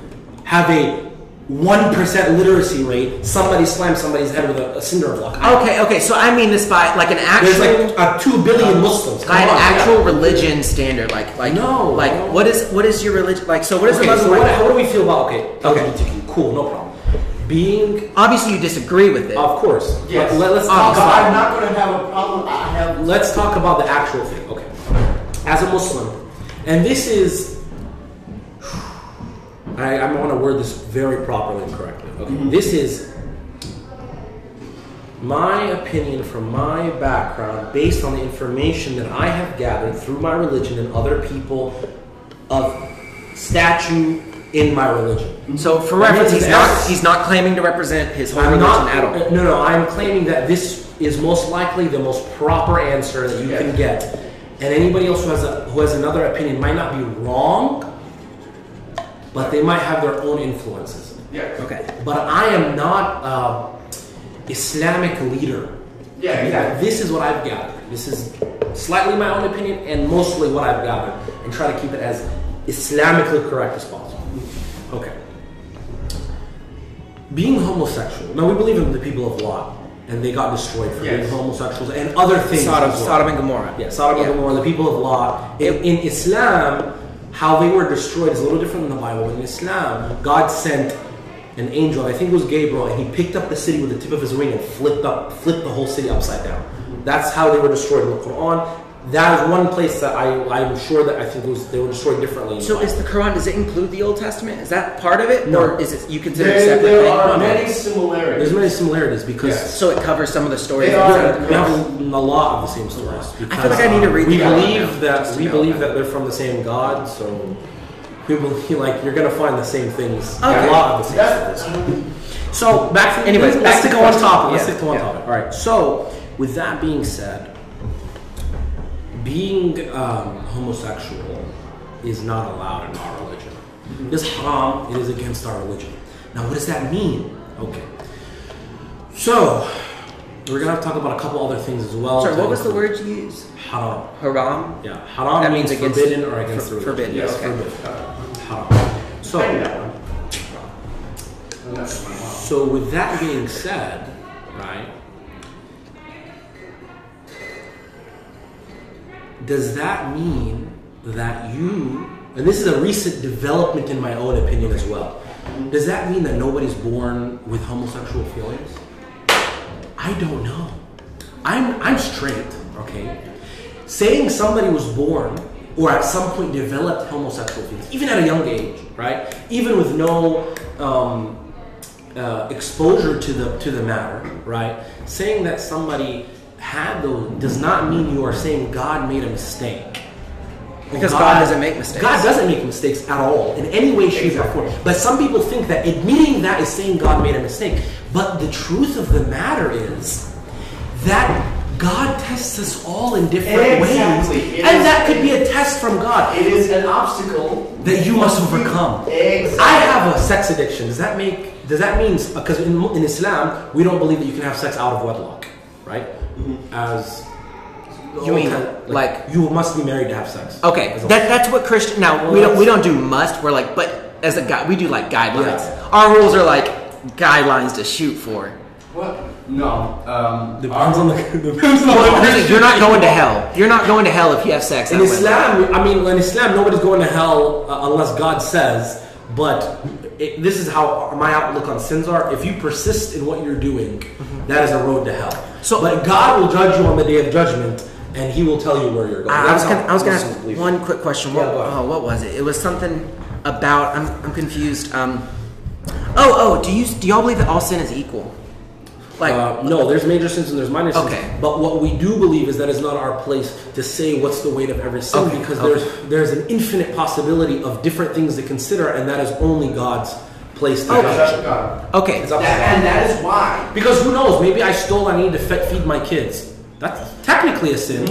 have a one percent literacy rate, somebody slams somebody's head with a, a cinder block.
Okay, okay. So I mean this by like an
There's
actual,
like uh, two billion Muslims.
by
Come
an
on, yeah.
actual religion standard. Like, like
No,
Like,
no.
what is what is your religion? Like, so what is
Okay,
the
so
Muslim?
what,
right
how
now?
do we feel about okay?
Okay.
LGBTQ, cool, no problem. Being,
Obviously, you disagree with it.
of course.
Yes.
But let, us
Oh,
talk
But
about.
I'm not going to have a problem. I have.
let's talk about the actual thing. Okay. As a Muslim, and this is. <sighs> I, I want to word this very properly and correctly. Okay. This is my opinion from my background based on the information that I have gathered through my religion and other people of statue in my religion.
So, for
That
reference,
means
he's
it's-
not he's not claiming to represent his whole
I'm
religion
not
at all.
Uh, No, no. I'm claiming that this is most likely the most proper answer that you
Yeah.
can get, and anybody else who has a, who has another opinion might not be wrong, but they might have their own influences.
Yeah.
Okay.
But I am not a Islamic leader.
Yeah, exactly.
This is what I've gathered. This is slightly my own opinion and mostly what I've gathered, and try to keep it as Islamically correct as possible. Okay. Being homosexual. Now we believe in the people of Lot, and they got destroyed for
Yes.
being homosexuals and other things.
Sodom,
as well.
Sodom and Gomorrah.
Yeah, Sodom and
Yeah.
Gomorrah, the people of Lot. In, in Islam, how they were destroyed is a little different than the Bible. In Islam, God sent an angel, I think it was Gabriel, and he picked up the city with the tip of his wing and flipped up, flipped the whole city upside down. That's how they were destroyed in the Quran. That is one place that I, I'm sure that I think it was, they were destroyed differently. in the
So,
Bible.
is the Quran? Does it include the Old Testament? Is that part of it,
No.
or is it you consider it a
There,
separate?
there
thing?
are
No, no.
many
there's
similarities.
many similarities because
Yeah.
So it covers some of the stories.
They
that
are-
are in the
We
Quran.
have a lot of the same stories.
I feel like I need to read
We
the other one now,
believe
just
that
to
we
know
believe
about
that they're from the same God, so we believe <laughs> like you're gonna find the same things.
Okay.
A lot of the same.
That's,
So back to
Anyways,
anyways, let's
back to
stick
the
to one
question.
topic. Let's
Yeah,
stick to one
yeah.
topic. All right. So with that being said, being um, homosexual is not allowed in our religion. It's haram. It is against our religion. Now, what does that mean? Okay. So we're gonna have to talk about a couple other things as well.
Sorry,
to
what was the
include
word you used?
Haram.
Haram.
Yeah, haram
That
means,
means against-
forbidden or against
for-
the religion.
forbidden,
Yes,
okay.
forbidden. Haram. So.
I knew that one.
So with that being said, right? Does that mean that you and this is a recent development in my own opinion as well. Does that mean that nobody's born with homosexual feelings? I don't know. I'm I'm straight, okay? Saying somebody was born or at some point developed homosexual feelings, even at a young age, right? Even with no um, uh, exposure to the to the matter, right? Saying that somebody had those does not mean you are saying God made a mistake.
Because God doesn't make mistakes.
God doesn't make mistakes at all in any way, shape, or form. But some people think that admitting that is saying God made a mistake. But the truth of the matter is that God tests us all in different
Exactly.
ways,
It
and
is-
that could be a test from God
it is an obstacle
that you must overcome.
Exactly.
I have a sex addiction. Does that make? Does that mean? Because in, in Islam, we don't believe that you can have sex out of wedlock, right? As
Mm-hmm. You mean, like-
you must be married to have sex?
Okay,
As a-
that, that's what Christian. Now
Well,
we don't we don't
that's-
do must. We're like, but as a guy, we do like guidelines.
Yeah.
Our rules are like guidelines to shoot for.
What? No. Um,
Depends on the. Depends
Honestly, you're not going to hell. You're not going to hell if you have sex.
In
that way.
Islam, I mean, in Islam, nobody's going to hell uh, unless God says. But it, this is how my outlook on sins are. If you persist in what you're doing, that is a road to hell.
Mm-hmm. So-
So, but God will judge you on the day of judgment, and He will tell you where you're going.
I, I was
That's
gonna,
how
I was gonna
Muslims believe
ask
it.
one quick question. What,
Yeah, go ahead.
oh, what was it? It was something about. I'm, I'm confused. Um, oh, oh, do you do y'all believe that all sin is equal? Like,
Uh, no, there's major sins and there's minor sins.
Okay.
But what we do believe is that it's not our place to say what's the weight of every sin
Okay,
because
okay.
there's there's an infinite possibility of different things to consider, and that is only God's place to
it's
judge.
up to God.
okay,
It's up to
That-
God.
and that is why.
Because who knows? Maybe I stole. I need to fe- feed my kids. That's technically a sin.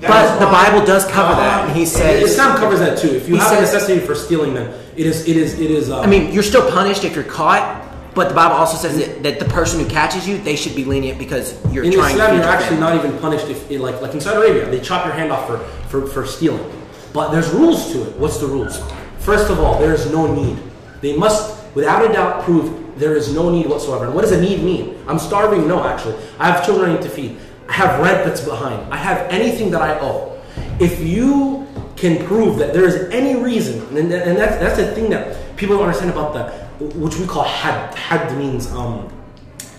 That
but
is
the
why
Bible does cover that,
God-
and He
But
says.
Islam covers that too. If you
He
have a
says-
necessity for stealing them, it is. It is. It is. Um,
I mean, you're still punished if you're caught, But the Bible also says that, that the person who catches you, they should be lenient because you're
In
trying to.
Islam,
feed
you're
your
actually
family.
not even punished if, in, like, like in Saudi Arabia, they chop your hand off for, for, for stealing. But there's rules to it. What's the rules? First of all, there is no need. They must, without a doubt, prove there is no need whatsoever. And what does a need mean? I'm starving? No, actually. I have children I need to feed. I have rent that's behind. I have anything that I owe. If you can prove that there is any reason, and, that- and that's, that's the thing that people don't understand about that, which we call had. Had means um,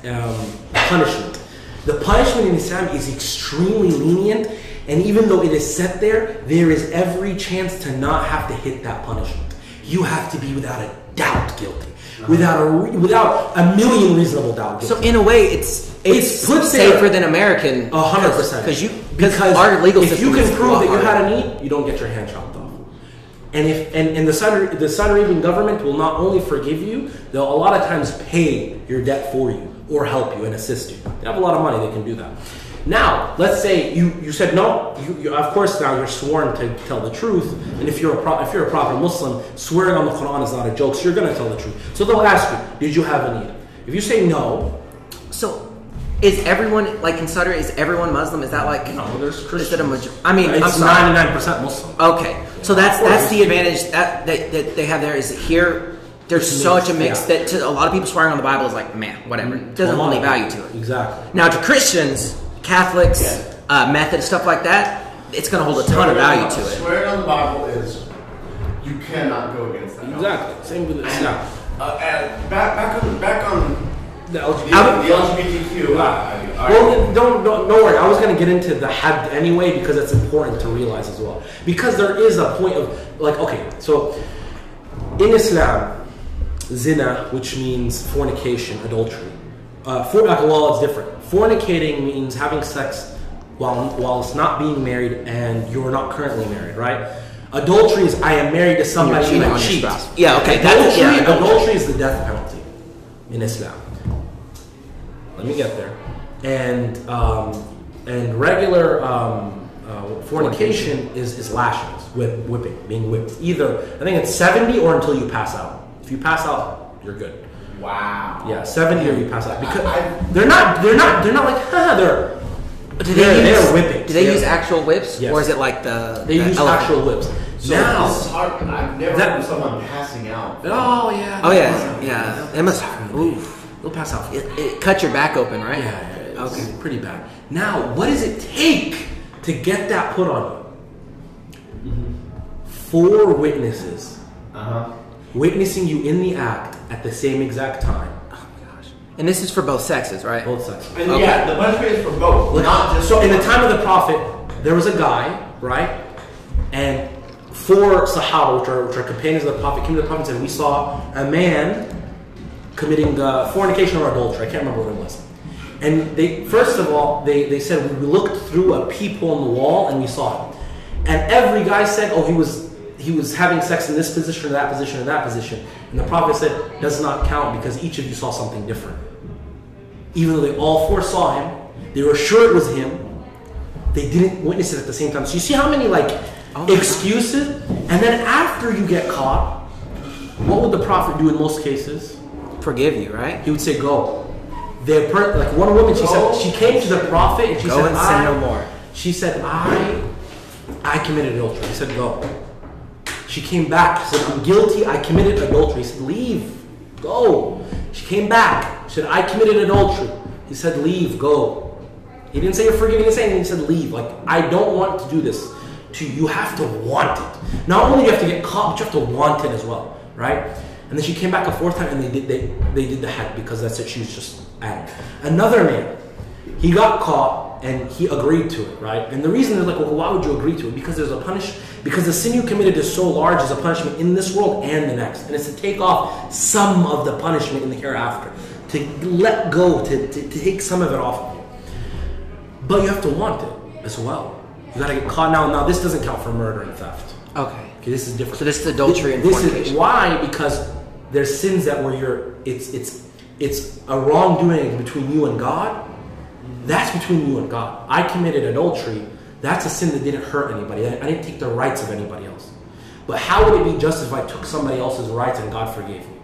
um, punishment. The punishment in Islam is extremely lenient, and even though it is set there, there is every chance to not have to hit that punishment. You have to be without a doubt guilty, without a re- without a million reasonable doubt. Guilty.
So in a way, it's
It's
it's,
put there.
safer than American.
A hundred percent.
because you because our legal
if
system
you
is
can
a
prove
lot
that you
harder.
had a need, you don't get your hand chopped off. And if and, and the Saudi the Saudi Arabian government will not only forgive you, they'll a lot of times pay your debt for you or help you and assist you. They have a lot of money; they can do that. Now, let's say you, you said no. You, you, of course, now you're sworn to tell the truth. And if you're a pro, if you're a proper Muslim, swearing on the Quran is not a joke. So you're going to tell the truth. So they'll ask you, did you have a need? If you say no,
So, is everyone like in Saudi? Arabia, Is everyone Muslim? Is that like
no, there's
Is
Christian.
it a major- I mean, I'm
it's
sorry.
ninety nine percent Muslim.
Okay, so that's
Of course.
that's the advantage that, that that they have there is here. There's such a mix
yeah.
that to a lot of people swearing on the Bible is like, man, whatever. Doesn't hold any value to it.
Exactly.
Now to Christians, Catholics, uh, Methodists, stuff like that, it's going to hold a ton of value to it.
Swearing on the Bible is you cannot go against that.
Exactly. Same with Islam.
Uh, and back, back on, back on the,
The LGBT.
the LGBTQ. I- I-
Well, then, don't, don't don't worry. I was gonna get into the had anyway because that's important to realize as well. Because there is a point of like, okay, so in Islam, zina, which means fornication, adultery. Uh, for, like, well, it's different. Fornicating means having sex while whilst not being married and you're not currently married, right? Adultery is I am married to somebody
cheating
and I
on your
cheat.
spouse. Yeah, okay, that's-
Adultery,
yeah, adultery.
adultery is the death penalty in Islam. Let me get there. And um, and regular um, uh, fornication is, is lashings, whip, whipping, being whipped. Either I think it's seventy or until you pass out. If you pass out, you're good.
wow.
Yeah, seventy or you pass out because
I-
they're not they're not they're not like haha they're
Do they
they're,
use,
they're whipping.
Do they
They're-
use actual whips,
Yes.
or is it like the
they
the
use
elephant?
actual whips?
So
now,
this is hard. I've never
That-
heard of someone passing out.
oh yeah,
Oh yeah, yeah. It must. Oof.
they'll pass out.
It, it cut your back open, right?
Yeah, yeah, it's
Okay.
pretty bad. Now, what does it take to get that put on you? Four witnesses
Uh-huh.
witnessing you in the act at the same exact time,
Oh, And this is for both sexes, right?
both sexes.
And
Okay.
yeah, the punishment is for both, not just
So, in the time of the Prophet, there was a guy, right? And four Sahaba, which are, which are companions of the Prophet, came to the Prophet and said, We saw a man committing uh, fornication or adultery. I can't remember what it was. And they, first of all, they, they said, we looked through a peephole in the wall and we saw him. And every guy said, oh, he was, he was having sex in this position or that position or that position. And the Prophet said, does not count because each of you saw something different. Even though they all four saw him, they were sure it was him, they didn't witness it at the same time. So you see how many like
Oh my
excuses? And then after you get caught, what would the Prophet do in most cases?
Forgive you, right?
he would say, "Go." The per- like one woman, she
Go.
said she came to the prophet and she
Go
said,
and sin
"I-"
no more.
She said, "I, I committed adultery." He said, "Go." She came back. She said, "I'm guilty. I committed adultery." He said, "Leave, go." She came back. She said, "I committed adultery." He said, "Leave, go." He didn't say you're forgiven. He didn't say anything. He said, "Leave." Like I don't want to do this. To you, you have to want it. Not only do you have to get caught, but you have to want it as well, right? And then she came back a fourth time, and they did they, they did the head because that's it. She was just adamant. Another man, he got caught and he agreed to it, right? And the reason they're like, well, why would you agree to it? Because there's a punish. Because the sin you committed is so large, is a punishment in this world and the next, and it's to take off some of the punishment in the hereafter, to let go, to, to, to take some of it off. of you. But you have to want it as well. You gotta get caught now. Now this doesn't count for murder and theft.
Okay.
Okay, this is different.
So this is adultery and
this Is,
fornication.
why? Because there's sins that were your. It's it's it's a wrongdoing between you and God. That's between you and God. I committed adultery. That's a sin that didn't hurt anybody. I I didn't take the rights of anybody else. But how would it be just if I took somebody else's rights and God forgave me?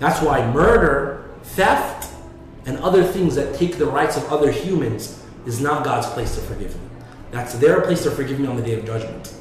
That's why murder theft and other things that take the rights of other humans is not God's place to forgive me. That's their place to forgive me on the day of judgment.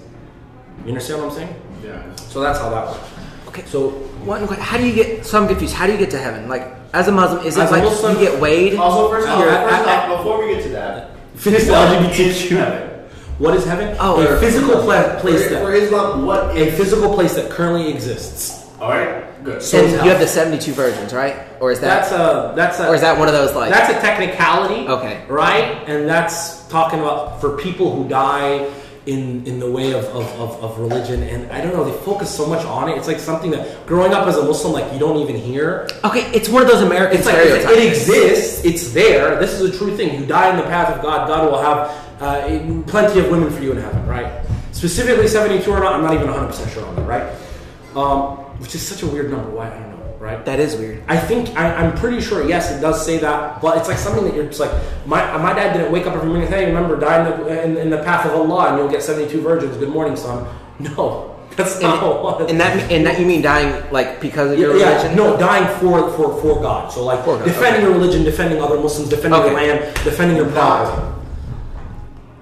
You understand what I'm saying?
Yeah.
So that's how that works.
Okay. So
<laughs> So
one, que- how do you get? So I'm confused. How do you get to heaven? Like as a Muslim, is it
As a
like
Muslim-
you get weighed?
Also, first off,
Here,
first
I- I-
off, before we get to that,
finish the
what
LGBTQ.
is heaven?
What is heaven?
Oh.
a physical pla- place
For, for
that
Islam, what
a
is?
physical place that currently exists.
All right, good.
and
is hell.
you have the 72 virgins, right? Or is that?
That's a that's a
or is that one of those like?
that's a technicality.
Okay.
Right? And that's talking about for people who die in in the way of, of, of, of religion and I don't know, they focus so much on it. It's like something that growing up as a Muslim like you don't even hear.
okay, it's one of those American
It's like
stereotypes.
it, it exists, it's there. This is a true thing. You die in the path of God, God will have uh, plenty of women for you in heaven, right? Specifically 72 or not, I'm not even 100% sure on that, right? Um, which is such a weird number, why I don't know, right?
That is weird.
I think I, I'm pretty sure. Yes, it does say that, but it's like something that you're just like my my dad didn't wake up every morning. and say, Hey, remember, die in the, in, in the path of Allah, and you'll get 72 virgins. Good morning, son. No, <laughs> that's not what.
And that and that you mean dying like because of
Yeah,
your
yeah,
religion?
no, dying for for for God. So like
For God,
defending your religion, defending other Muslims, defending
Okay.
your land, defending your property.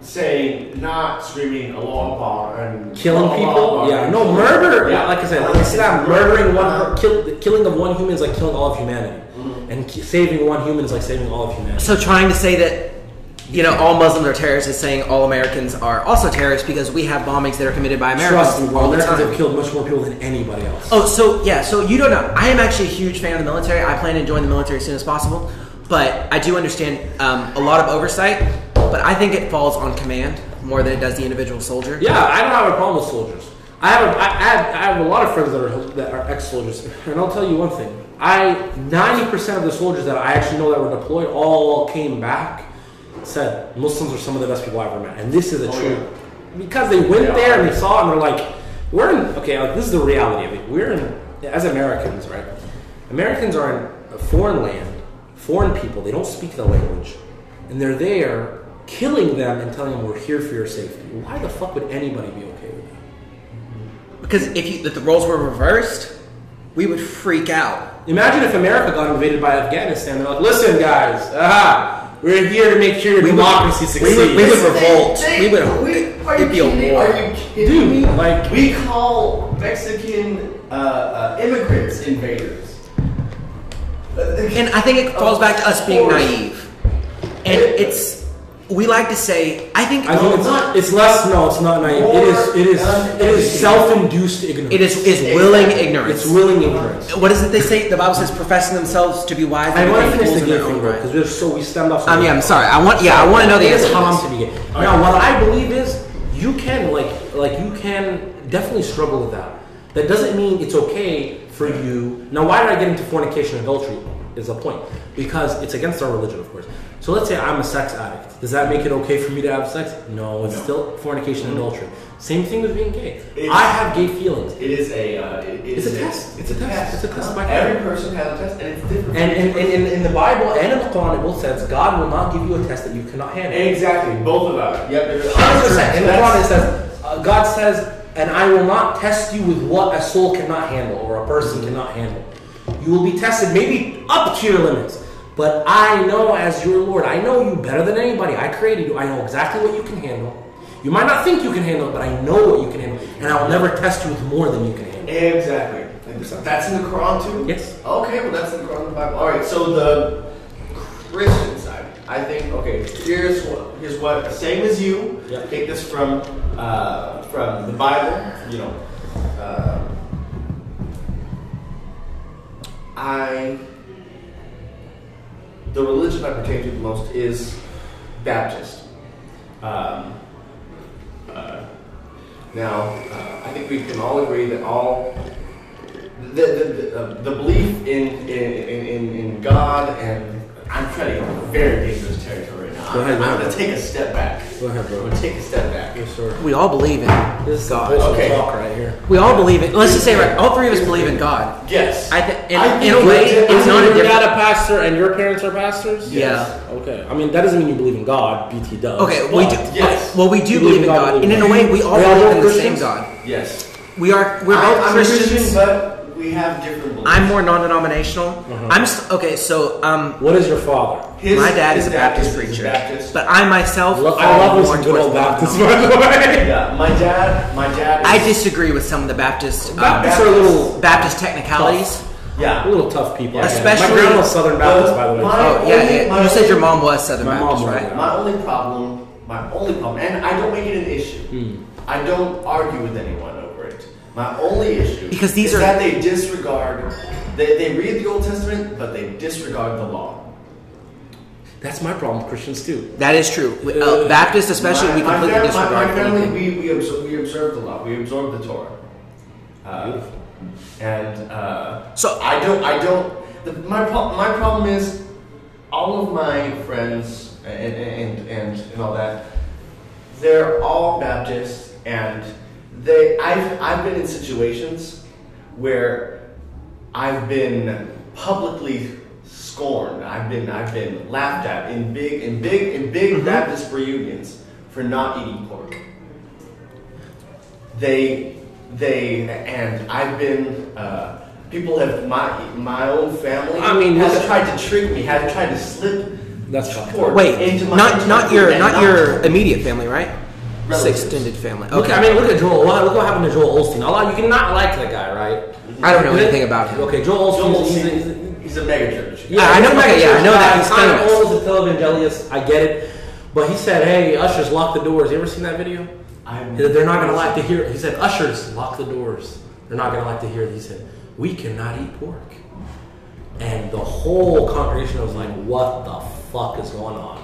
Say not screaming Allah Akbar and
Killing
Allah
people,
Akbar.
yeah, no murder. Yeah,
Yeah.
like I said, like Islam, murdering one, per- kill, the killing of one human is like killing all of humanity,
Mm.
and ki- saving one human is like saving all of humanity.
So trying to say that you know all Muslims are terrorists is saying all Americans are also terrorists because we have bombings that are committed by Americans
Trust me,
all the
Americans have
time.
killed much more people than anybody else.
Oh, so yeah, so you don't know. I am actually a huge fan of the military. I plan to join the military as soon as possible, but I do understand um, a lot of oversight. But I think it falls on command more than it does the individual soldier.
Yeah, I don't have a problem with soldiers. I have, a, I, I have, I have a lot of friends that are that are ex-soldiers, and I'll tell you one thing. I ninety percent of the soldiers that I actually know that were deployed all came back, said Muslims are some of the best people I ever met, and this is a
Oh,
true
yeah.
because they went
Yeah.
there and they saw it and they're like, we're in okay, like, this is the reality of it. We're in as Americans, right? Americans are in a foreign land, foreign people. They don't speak the language, and they're there killing them and telling them we're here for your safety. Why the fuck would anybody be okay with that?
Because if, you, if the roles were reversed, we would freak out.
Imagine if America got invaded by Afghanistan. They're like, listen, guys, aha, we're here to make sure your
We would-
democracy
we
succeeds.
would- we would-
They-
revolt.
they-
We would-
are
it'd
you
be a
kidding?
war.
Are you kidding
Dude,
me?
like-
we call Mexican uh, uh, immigrants invaders.
And I think it falls back to us being naive. And it's, we like to say, I think
I think it's,
not-
it's less. No, it's not naive. It is. It
War
is. It is
and-
self-induced ignorance.
it is, is willing ignorance.
It's willing ignorance.
what is it they say? The Bible says, professing themselves to be wise.
I
and
want to
becoming
finish the
fools in
gay
their
thing,
own
bro,
right.
because we're so we stemmed off. so
Um,
many
yeah, I'm
topics.
sorry. I want, yeah, I want to know the
It is
answer. to
haram
this.
to be gay. Now, what I believe is you can like like you can definitely struggle with that. That doesn't mean it's okay for you. Now, why did I get into fornication and adultery? Is the point because it's against our religion, of course. So let's say I'm a sex addict. Does that make it okay for me to have sex? No, it's
No.
still fornication and adultery. Same thing with being gay.
It's-
I have gay feelings.
It is a. Uh, it, it
It's
is
a test.
It's a
It's a
test.
test. It's a test.
Uh-huh. Every person has a test, and it's different.
And in, in, in, in the Bible and in the Quran, it both says God will not give you a test that you cannot handle.
exactly, both of us. Yep. it is-
100%. In the
That's-
Quran, it says, uh, God says, and I will not test you with what a soul cannot handle or a person cannot handle. You will be tested maybe up to your limits. But I know as your Lord, I know you better than anybody. I created you. I know exactly what you can handle. You might not think you can handle it, but I know what you can handle. And I will never test you with more than you can handle.
Exactly. That's in the Quran too?
Yes.
Okay, well that's in the Quran and the Bible. Alright, so the Christian side, I think, okay, here's what here's what same as you.
Yeah.
Take this from uh, from the Bible, you know. Uh, I the religion I pertain to the most is Baptist. Um, uh, now, uh, I think we can all agree that all the, the, the, uh, the belief in, in, in, in- in God and I'm trying to go very dangerous territory right now.
Go ahead,
I'm,
go ahead.
going to take a step back.
Go ahead,
I'm
bro.
going to take a step back.
We all believe in
This is
God.
God.
Okay.
talk right here.
We all believe it. Let's just say, right, all three of us believe in God.
Yes.
I thi- in-
I
in a
think
way,
you're-
it's not a
You're
different-
not a pastor, and your parents are pastors.
Yeah.
Okay. I mean, that doesn't mean you believe in God. BT does.
Okay,
But-
we do.
yes.
Well, we do
You
believe in God, and in a way, we all
We're all
believe in the same
Christians?
God.
Yes.
We are. We're
I-
both
I'm a
Christians.
Christian, but we have different beliefs.
I'm more non-denominational. I'm st- okay. So, um,
What is your father?
His-
my dad
his
is a Baptist
is- is
preacher,
Baptist.
but I myself,
Lo- I
fall
love
more
listening to good
towards
old
the
Baptists,
non-denominational.
by the way.
yeah, my dad, my dad. Is,
I disagree with some of the Baptist <laughs> uh,
Baptists are a little,
Baptist technicalities.
Yeah.
a little tough people. I guess.
Especially-
my grandma's Southern Baptist, by the way.
My-
Oh yeah, yeah,
my-
you said your mom was Southern
My
Baptist,
mom was,
right?
yeah.
My only problem, my only problem, and I don't make it an issue.
Hmm.
I don't argue with anyone over it. My only issue
Because these
is
are-
that they disregard. They, they read the Old Testament, but they disregard the law.
That's my problem. with Christians too.
That is true. We-
Uh,
uh, Baptist, especially,
my,
we
my,
completely
fam- my-
disregard.
my family.
anything.
We we observe, we observe the law. We absorb the Torah. Uh, and uh,
So-
I don't. I don't. The, my pro- my problem is all of my friends and and and, and all that. they're all Baptists, and they I've I've been in situations where I've been publicly scorned. I've been I've been laughed at in big in big in big
Mm-hmm.
Baptist reunions for not eating pork. They they and I've been uh, people have my my own family
I mean,
has
look-
tried to trick me, has tried to slip
That's tough.
pork
Wait,
into my into
not
my
not
food
your
and
not your immediate family, right?
Relatives.
Extended family. Okay.
Look, I mean, look at Joel. Look look what happened to Joel Olstein. A lot. You cannot like that guy, right?
I don't know anything about him.
Okay, Joel Olstein.
Joel
is- he's a-
Osteen,
he's a-
he's a mega church.
Yeah, I know-
he's a
okay, yeah, I know that.
guy.
He's
kind
famous.
of old as a televangelist. I get it, but he said, "Hey, ushers, lock the doors." You ever seen that video?
I'm-
He said, They're not gonna like to hear. He said, "Ushers, lock the doors. They're not gonna like to hear." it." He said, "We cannot eat pork," and the whole congregation was like, "What the fuck is going on?"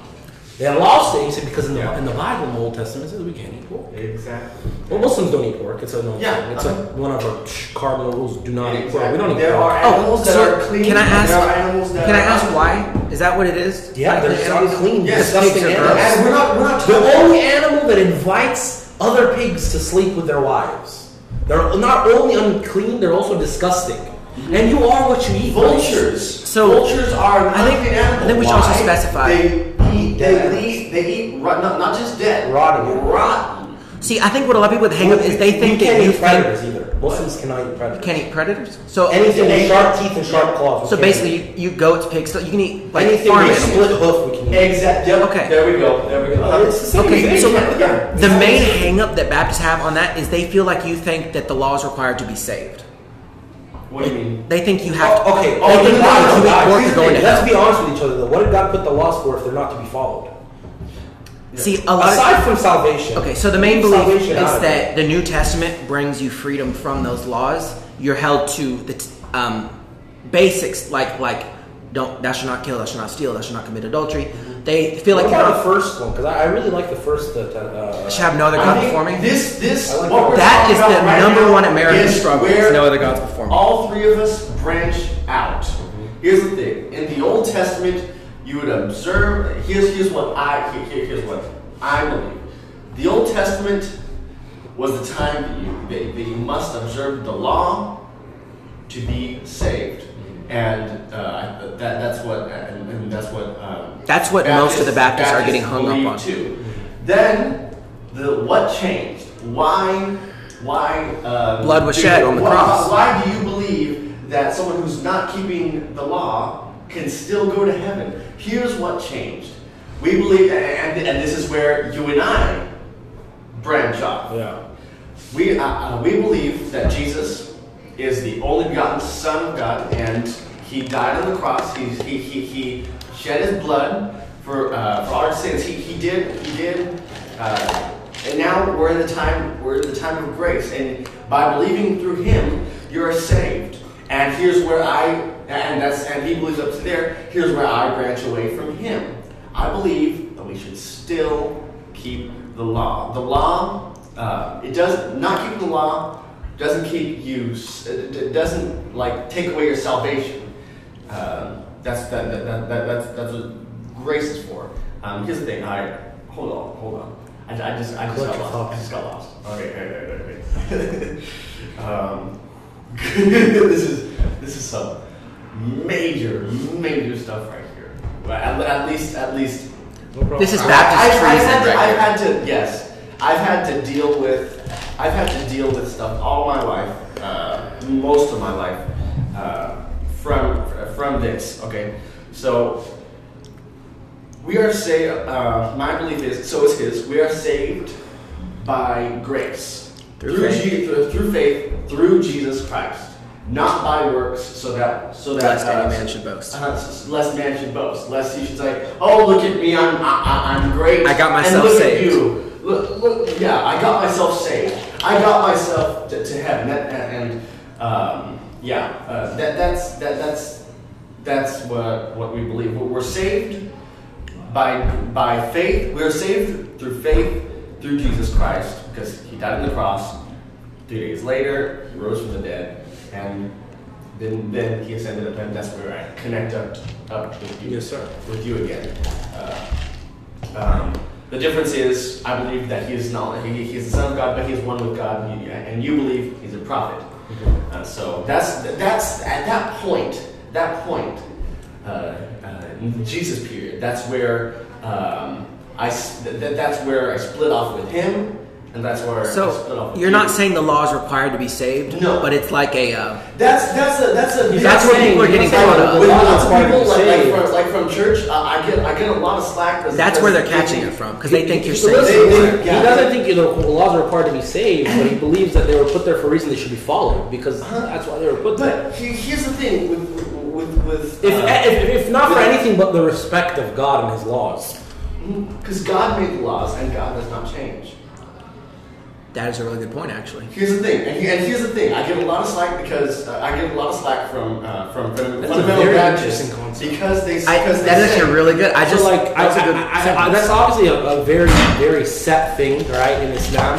They lost it. He said, "Because in the,
Yeah.
in the Bible, in the Old Testament, it says we can't eat pork."
Exactly.
Well, Muslims don't eat pork. It's a no.
Yeah,
it's
uh-huh.
a, one of our cardinal rules. Do not eat pork.
Exactly.
We don't eat
There
pork.
are
Oh,
animals that
so
are clean.
can I ask?
There are animals that
Can I
are
ask
unclean.
why? Is that what it is?
Yeah,
Like
they're
the
just
animals-
unclean.
Yes,
disgusting
pigs are
animals.
gross.
And we're not. We're not
The
talking.
only animal that invites other pigs to sleep with their wives. They're not only unclean, they're also disgusting.
Mm-hmm.
And you are what you eat.
vultures.
So,
vultures are.
I think-
unclean animals.
I think we should also
Why?
specify.
They eat. They
Dead
leave. They eat. Rot, not, not just dead.
Rotten.
Rotten.
See, I think what a lot of people hang up is they think
we
that
can't
you
eat predators
think
either. Muslims cannot eat predators.
can't eat predators. So
Anything
They-
with sharp teeth and sharp claws. we
So
can't eat.
basically, you, you goats, pigs, so you can eat like
anything
farm
with
animals.
split hoof, we can eat.
Exactly. Yep.
Okay.
There we go. There we go.
Oh, it's the same
Okay,
thing.
so
Yeah, yeah.
the main hang up that Baptists have on that is they feel like you think that the law is required to be saved.
What do you mean?
They think you have to.
Oh, okay.
They
Oh,
think
no, no,
that if
no,
you eat
guys,
pork,
here's
you're
the
going
thing.
to
Let's
hell.
be honest with each other. Though, what did God put the laws for if they're not to be followed?
See, a lot of.
Aside from salvation.
Okay, so the main belief
salvation
is
out of it.
that the New Testament brings you freedom from those laws. You're held to the t- um, basics, like like don't thou shalt not kill, thou shalt not steal, thou shalt not commit adultery. They feel like
What
you
about the
have,
first one? Because I, I really like the first. Uh, uh,
should have no other
I
god
think
before me.
This, this,
I like
what
that.
we're
That
talking
is
about
the
right
number
now
one American
is
struggle.
where
is No other gods before me.
All three of us branch out. Here's the thing: in the Old Testament, you would observe. Here's here's what I here, here- here's what I believe. The Old Testament was the time that you that, that you must observe the law to be saved, and uh, that that's what and, and that's what. Um,
That's what most of the Baptists are getting hung up
believe
on.
Too. Then the what changed? Why? Why? Uh,
Blood was
do-
shed on the
why-
cross.
Why do you believe that someone who's not keeping the law can still go to heaven? Here's what changed. We believe, and, and this is where you and I branch off.
Yeah.
We, uh, uh, we believe that Jesus is the only begotten Son of God, and He died on the cross. He, he, he, he shed His blood for, uh, for our sins. He, he did. He did. Uh, and now we're in the time we're in the time of grace, and by believing through Him, you are saved. And here's where I and that's and He believes up to there. Here's where I branch away from Him. I believe that we should still keep the law. The law, uh, it does not keeping the law doesn't keep you. s- It it doesn't like take away your salvation. Um, that's that, that, that, that that's that's what grace is for. Um, here's the thing. All right, hold on, hold on. I, I just I just got
Collect your
lost. I
thoughts.
just got lost. Okay, okay, okay, okay. <laughs> um, this is this is some major major stuff right here. But at, at least at least
This is
I've,
Baptist
I've, had
treason.
to,
right
I've
here.
had to yes I've had to deal with I've had to deal with stuff all my life uh, most of my life uh, from from this. Okay, so we are saved. Uh, my belief is so is his. We are saved by grace
Through
through
faith.
Je- through, through faith through Jesus Christ, not by works, so that so that
Lest any
uh,
man should boast.
uh, s- lest man should boast. Lest he should say, "Oh, look at me! I'm I, I, I'm great.
I got
and
myself
look
saved."
At you. Look, look, yeah, I got myself saved. I got myself to, to heaven. That, and and, um, yeah, uh, that that's that that's that's what what we believe. We're- We're saved by by faith. We are saved through faith through Jesus Christ because He died on the cross. Three days later, He rose from the dead, and then then He ascended up, and that's where I connect up up with you
Yes, sir.
with you again. Uh, um, the difference is, I believe that he is not he, he is the son of God, but he is one with God, and you, and you believe he's a prophet. Uh, so that's that's at that point, that point, uh, uh, in the Jesus period. That's where um, I s- th- th- that's where I split off with him, and that's where I split off.
So
With
you're
you.
not saying the law is required to be saved,
No.
but it's like a uh,
That's that's a that's a
That's
what
where people are getting caught up.
With
That's
lots of
why
people,
we
like,
say-
like, from, like from church, I, I get I get a lot of slack. because-
that's where they're
because-
catching it from because they think you're
So
saved.
listen,
They- they-
he
yeah.
doesn't think the laws are required to be saved, but he believes that they were put there for a reason they should be followed because that's why they were put there.
But he- here's the thing with with with uh,
If, if, if not for anything but the respect of God and His laws,
because God made the laws and God does not change.
That is a really good point, actually.
Here's the thing, and, he- and here's the thing. I get a lot of slack because uh, I get a lot of slack from uh, from from
That's a
fundamental
very
Baptists
interesting concept.
because they
I,
because
that
they
is actually
say-
really good. I
So,
just
like I,
that's a good.
I- I- I-
sentence.
that's obviously a, a very very set thing, right, in Islam.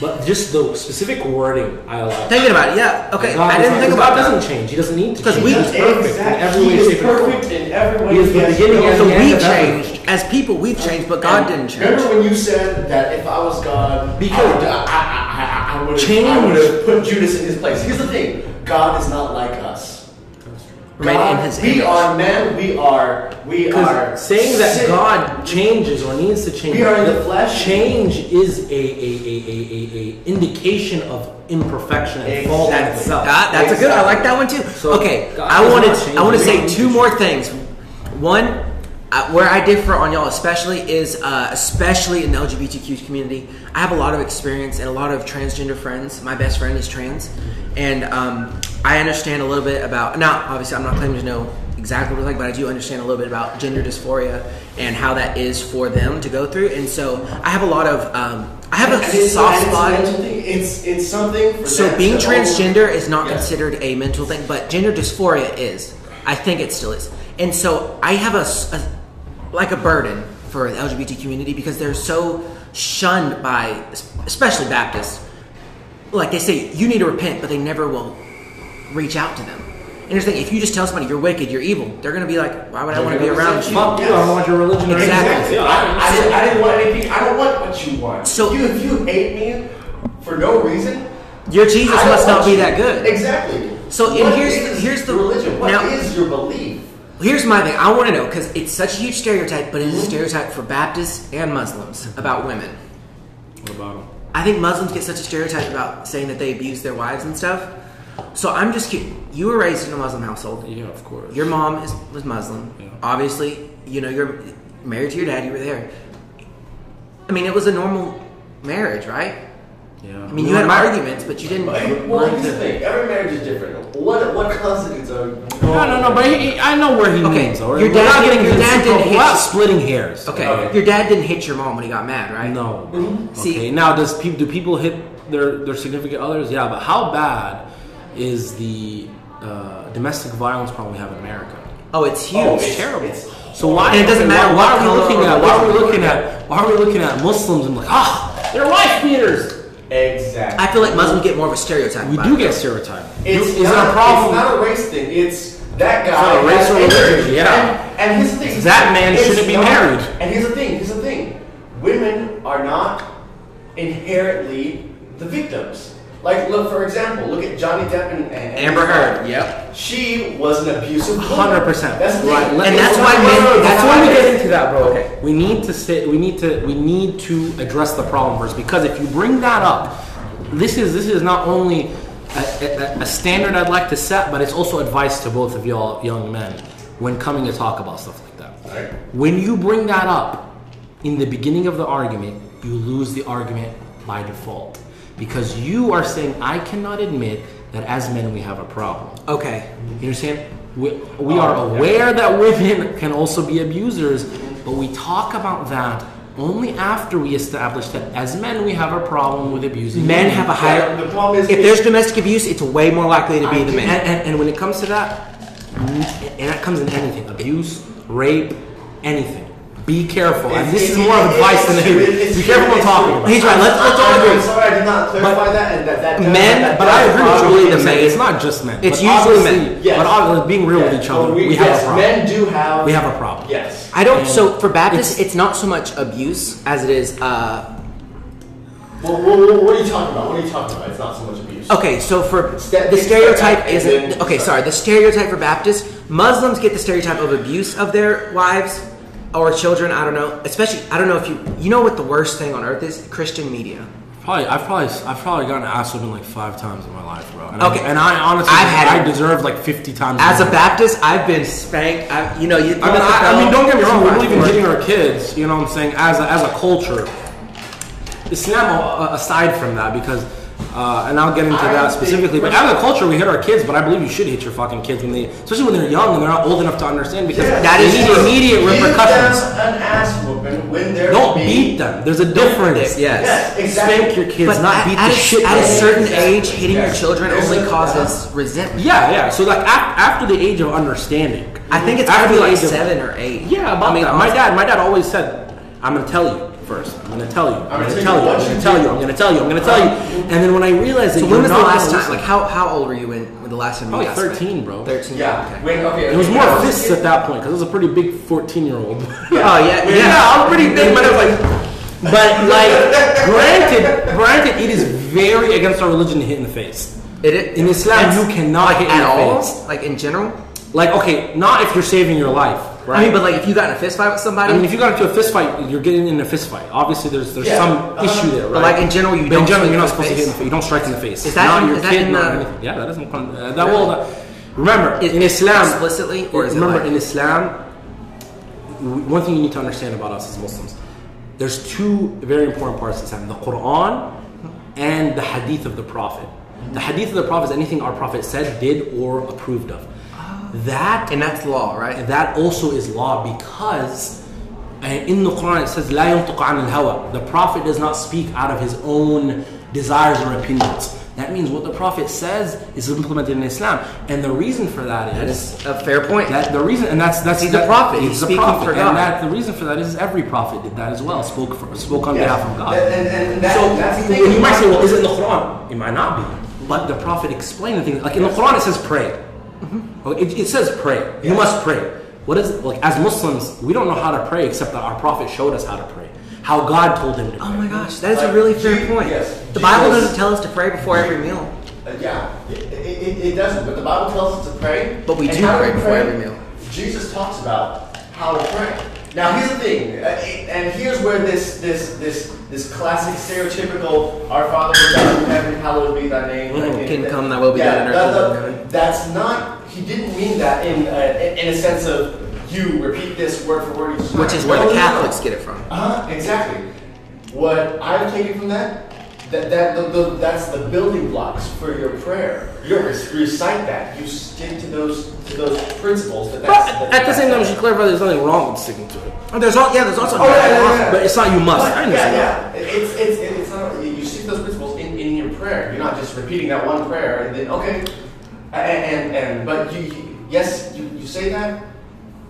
But just the specific wording, I like.
Thinking about it, yeah. Okay,
God
I
is
didn't
not-
think
God
about that.
doesn't change. He doesn't need to.
'Cause
change.
we-
He's perfect
Exactly.
in every way,
He is
shape, and form.
perfect in every way.
He is the
has
beginning
no
and
So
the end
we
of everything.
changed as people. We've changed, but God didn't change.
Remember when you said that if I was God,
Because-
I would, I, I, I, I, would have, I
Change.
would have put Judas in his place. Here's the thing: God is not like us.
Made
God-
in his
we
image.
are men. We are. We are.
Because saying that
sin-
God changes or needs to change,
We are in the flesh.
Change is a a, a, a, a, a indication of imperfection and fault in
Exactly.
itself.
Ah, that's a good. I like that one too.
So,
okay,
God
I
does
wanted.
not change.
I want to
We
say
don't
two more things. One, uh, where I differ on y'all, especially is uh, especially in the LGBTQ community. I have a lot of experience and a lot of transgender friends. My best friend is trans, and um, I understand a little bit about. Now, obviously, I'm not claiming to know exactly what it's like, but I do understand a little bit about gender dysphoria and how that is for them to go through. And so, I have a lot of. Um, I have
And
a
it's,
soft
and it's,
spot.
a mental thing. it's it's something. For
So
them
being
to
transgender is not
Yeah.
considered a mental thing, but gender dysphoria is. I think it still is. And so I have a, s- a- like a burden for the LGBT community because they're so shunned by especially Baptists. Like they say you need to repent, but they never will reach out to them. And here's the thing, if you just tell somebody you're wicked, you're evil, they're going to be like, why would I want to be around you?
Fuck you! I don't want your religion. or anything.
Exactly.
Yeah,
I, I,
I-
didn't, I didn't want anything. I don't want what you want.
So-
you, if you hate me for no reason,
Your Jesus
I don't
must not
want
be
you.
that good.
Exactly.
So, and
What
here's-
is
here's the-
your religion. What is
now-
your belief?
Here's my thing. I want to know because it's such a huge stereotype, but it's a stereotype for Baptists and Muslims about women.
What about him?
I think Muslims get such a stereotype about saying that they abuse their wives and stuff. So I'm just curious. You were raised in a Muslim household.
Yeah, of course.
Your mom is, was Muslim.
Yeah.
Obviously, you know you're married to your dad. You were there. I mean, it was a normal marriage, right?
yeah.
I mean, you had arguments, but you didn't.
Like, well, here's the thing. Every marriage is different. What what constitutes a
No, no, no. But he, he- I know where he
Okay,
means. Though.
your
We're
dad
not
didn't-
getting
your
into
dad
super-
didn't hit
we're not
you.
splitting hairs.
Okay.
Okay.
your dad didn't hit your mom when he got mad, right?
No. Okay.
See-
now, does people do people hit their their significant others? Yeah, but how bad is the uh, domestic violence problem we have in America?
Oh, it's huge.
Oh,
It's
it's-
terrible.
it's
so why?
And it doesn't
okay,
matter
Why, why
what
are we
color
looking
or
at? Why are we
religion.
looking at? Why are we looking at Muslims and like ah, they're wife beaters?
Exactly.
I feel like Muslims get more of a stereotype.
We
about
do
it.
get stereotyped.
It's
is it
not,
a problem?
It's not a race thing. It's that guy.
not a
has
racial
hatred.
religion, yeah.
And, and here's the thing.
That man
it's
shouldn't be
not-
married.
And here's the thing. Here's the thing. Women are not inherently the victims. Like, look for example, look at Johnny Depp and, and
Amber Heard. Yep.
She was an abusive. woman.
Hundred percent.
That's the thing.
And that's why
It's
men-
not-
that's
it's
why
not-
we
get into that, bro.
Okay.
We need to sit. We need to. We need to address the problem first because if you bring that up, this is this is not only a, a, a standard I'd like to set, but it's also advice to both of y'all young men when coming to talk about stuff like that.
Alright.
When you bring that up in the beginning of the argument, you lose the argument by default because you are saying, I cannot admit that as men we have a problem.
Okay.
You understand? We,
Oh,
we are aware that women can also be abusers, but we talk about that only after we establish that as men we have a problem with abusing
Men
women.
have a higher.
The problem is-
if there's domestic abuse, it's way more likely to be the
And,
man.
and, and when it comes to that, and that comes in anything abuse, rape, anything. Be careful. And this is more of advice than anything. Be careful when talking about
He's right. Let's let's all
I'm
agree.
sorry, I did not clarify that, and that that does-
men-
that
But I
does
agree with
bother
you.
me.
the
It's
men.
It's not just men.
It's
but
usually
obviously-
men.
Yes.
But obviously, being real with each
Yes,
other,
we,
we, have
yes,
a problem.
men do have.
We have a problem.
Yes.
I don't.
And
So for Baptists, it's, not so much abuse as it is. Uh,
Well, what, what, what are you talking about? What are you talking about? It's not so much abuse.
okay, so for
Step-
the
step
stereotype
back and
isn't.
then-
Okay, sorry. The stereotype for Baptists, Muslims get the stereotype of abuse of their wives or children. I don't know. Especially, I don't know if you. You know what the worst thing on earth is? Christian media.
Probably, I've probably, I've probably gotten ass whipping like five times in my life, bro. And
Okay.
I, and I honestly,
I've had
I
it.
deserve like fifty times.
As a
more.
Baptist, I've been spanked. I, you know, you.
I mean, I, I mean, don't get me wrong. We believe in hitting our kids. You know what I'm saying? As a, as a culture, Islam a- aside from that, because uh, and I'll get into
I
that
think-
specifically. But as a culture, we hit our kids. But I believe you should hit your fucking kids when they, especially when they're young and they're not old enough to understand, because
Yes.
That
they
is
need
true.
immediate
Give
repercussions.
them an ass whooping when they're
Don't
being-
beat them. There's a
Yes.
difference.
Yes, exactly.
Spank your kids,
But
not
at,
beat
at
the
a-
shit
At
out
a
of them.
certain
Exactly.
age, hitting your
Yes.
children
There's
only
a-
causes resentment.
Yeah, yeah. So like af- after the age of understanding,
I think it's
after
probably
the
like
age of-
seven or eight.
Yeah, about
I mean,
that. my dad. My dad always said, "I'm gonna tell you first. I'm gonna tell you. I'm, gonna, tell you. I'm
what
gonna
you
tell
did."
you. I'm gonna tell you. I'm gonna tell you." And then when I realized that
So
you're
when was the
not
last
gonna
time? Like
listen-
how how old were you when, when the last time
Probably
you got spanked?
13, bro.
Thirteen.
Yeah.
okay.
When, okay.
it was
when
more
I was a
fists
kid-
at that point because I was a pretty big 14 year old. <laughs>
Oh yeah, yeah.
I'm pretty big, but I was like. But like, granted, granted, it is very against our religion to hit in the face.
It, it,
In Islam,
that's-
you cannot
like,
hit in
at
the
all.
face.
Like in general.
Like, okay, not if you're saving your life, right?
I mean, but like if you got in a fist fight with somebody,
I mean, if you got into a fist fight, you're getting in a fist fight. Obviously, there's there's
Yeah.
some
Uh-huh.
issue there, right?
But, like, in general, you
But
don't
in general,
strike
you're not
in the
supposed to hit in
face.
the face. You don't strike in the face.
Is that
not
in-
your
is that
kid,
in
not
the-
anything. yeah, that doesn't come. Uh, that will. that- remember
Is-
in Islam
explicitly, or is it
remember
like-
in Islam. w- One thing you need to understand about us as Muslims, there's two very important parts of Islam: the Quran and the Hadith of the Prophet. The Hadith of the Prophet is anything our Prophet said, did, or approved of.
Ah.
That
and that's law, right?
and that also is law because uh, in the Quran it says لا ينطق عن الهوى. The Prophet does not speak out of his own desires or opinions. That means what the Prophet says is implemented in Islam, and the reason for that
That
is
is a fair point.
that the reason, and that's that's
He's a
that-
prophet.
he's
He's
the
speaking
prophet,
for God.
and that the reason for that is every prophet did that as well. Spoke for, spoke on
Yes.
behalf of God.
And, and, and that,
so
that's the thing.
and you might say, well, is it in the Quran? It might not be, but the prophet explained the thing. Like in the Quran, it says pray. Okay, it, it says pray. You
Yes.
must pray. What is like as Muslims, we don't know how to pray except that our prophet showed us how to pray. How God told him to pray.
oh my gosh, that is a
Like,
really fair
Je-
point.
yes,
the Bible
Jesus-
doesn't tell us to pray before every meal.
Uh, yeah, it, it, it- it doesn't. But the Bible tells us to pray.
But we
And
do
how
pray before every meal.
Jesus talks about how to pray. Now here's the thing, uh, and here's where this this this this classic stereotypical "Our Father who art in heaven, hallowed be thy name."
Mm,
like,
kingdom
that-
come, thy will be
yeah,
done on earth
that-
as it is in
that-
heaven.
That's not. He didn't mean that in uh, in a sense of you repeat this word for word. each time.
Which is where
No,
the
no, no.
Catholics get it from.
Uh-huh, exactly. What I've taken from that, that, that the, the, that's the building blocks for your prayer. You rec- recite that. You stick to those to those principles. That that's,
But at the same time, we should clarify there's nothing wrong with sticking to it.
Oh, there's all yeah, there's also
Oh, yeah, yeah, yeah.
But it's not you must. I
But,
understand.
yeah, yeah. It's, it's, it's not, you stick to those principles in, in your prayer. You're not just repeating that one prayer and then, okay. And, and, and but you, you- yes, you, you say that,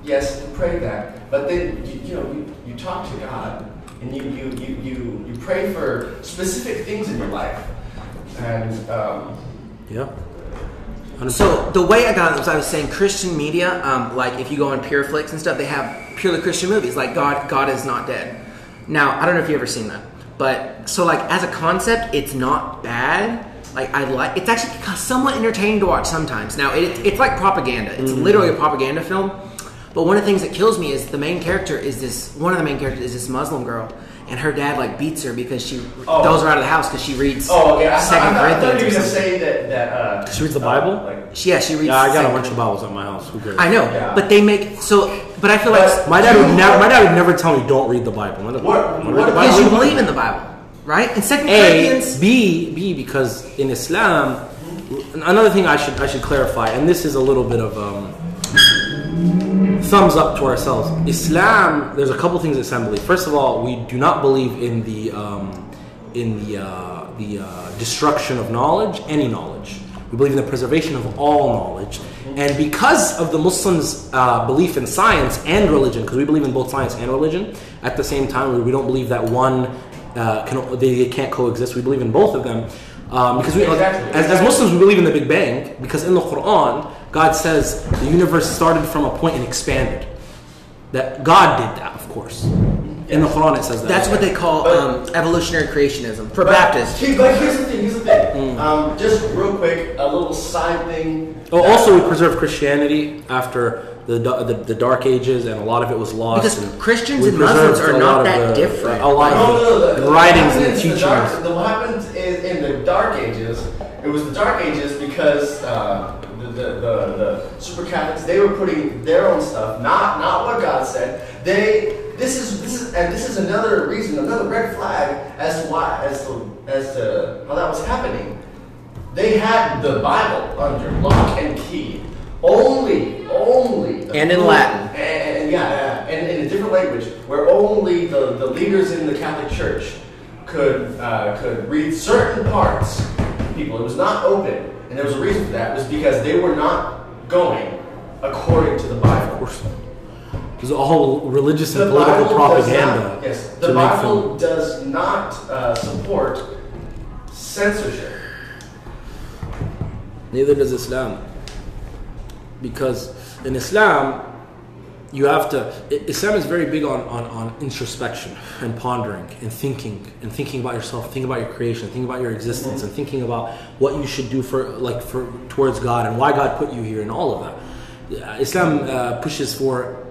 yes, you pray that. But then, you, you know, you, you talk to God and you, you, you, you, you pray for specific things in your life. And, um,
Yeah.
So the way I got it was I was saying Christian media, um, like if you go on Pureflix and stuff, they have purely Christian movies, like God, God is not dead. Now I don't know if you have ever seen that, but so like as a concept, it's not bad. Like I like, it's actually
Mm-hmm.
somewhat entertaining to watch sometimes. Now it, it's like propaganda; it's literally a propaganda film. But one of the things that kills me is the main character is this one of the main characters is this Muslim girl, and her dad like beats her because she
Oh.
throws her out of the house because she reads
Oh, okay. I,
Second
Second I, I, thought you were
Corinthians.
gonna
or something.
say that that. Uh,
She reads the
uh,
Bible?
like,
She- yeah, she reads.
Yeah, I got a
Second
bunch of Bibles at my house. Who cares?
I know,
Yeah.
but they make so. But I feel
But-
like
My dad would never. My dad would never tell me don't read the Bible. My dad-
What-
I read
what
the
because
Bible.
you believe in the Bible, right? In Second
A,
Corinthians,
B, B, because in Islam, another thing I should I should clarify, and this is a little bit of um, thumbs up to ourselves. Islam, there's a couple things that Islam believes. First of all, we do not believe in the um, in the uh, the uh, destruction of knowledge, any knowledge. We believe in the preservation of all knowledge, and because of the Muslims' uh, belief in science and religion, because we believe in both science and religion, at the same time we- we don't believe that one uh, can, they, they can't coexist. We believe in both of them. Um, because we,
Exactly.
as, as Muslims, we believe in the Big Bang because in the Quran, God says the universe started from a point and expanded. That God did that, of course. In the Quran, it says that.
that's what they call
But-
um, evolutionary creationism for
But-
Baptists.
Here- But here's the thing. Here's the thing. Um, just real quick, a little side thing.
Oh, also, we preserved Christianity after the, da- the the Dark Ages, and a lot of it was lost.
Because
and
Christians
we
and Muslims
preserved
are
a
not
lot of
that
the-
different.
A lot
No, no, no.
of
The,
the,
the
writings
what happens
and
in the
teachings.
dark- the- what happens is in the Dark Ages. It was the Dark Ages because uh, the, the, the, the super Catholics they were putting their own stuff, not not what God said. They this is this is and this is another reason, another red flag as to why as to as to how that was happening. They had the Bible under lock and key. Only, only,
And in Latin.
and, and- yeah, yeah, and in a different language, where only the, the leaders in the Catholic Church could uh, could read certain parts. to People, it was not open, and there was a reason for that. It was because they were not going according to the Bible.
Of course, there's a whole religious
The
and political
Bible
propaganda.
Does not, yes,
to
the
make them-
Bible does not uh, support censorship.
Neither does Islam. Because in Islam, you have to. I- Islam is very big on, on, on introspection and pondering and thinking and thinking about yourself, thinking about your creation, thinking about your existence, and thinking about what you should do for like for towards God and why God put you here and all of that. Uh, Islam uh, pushes for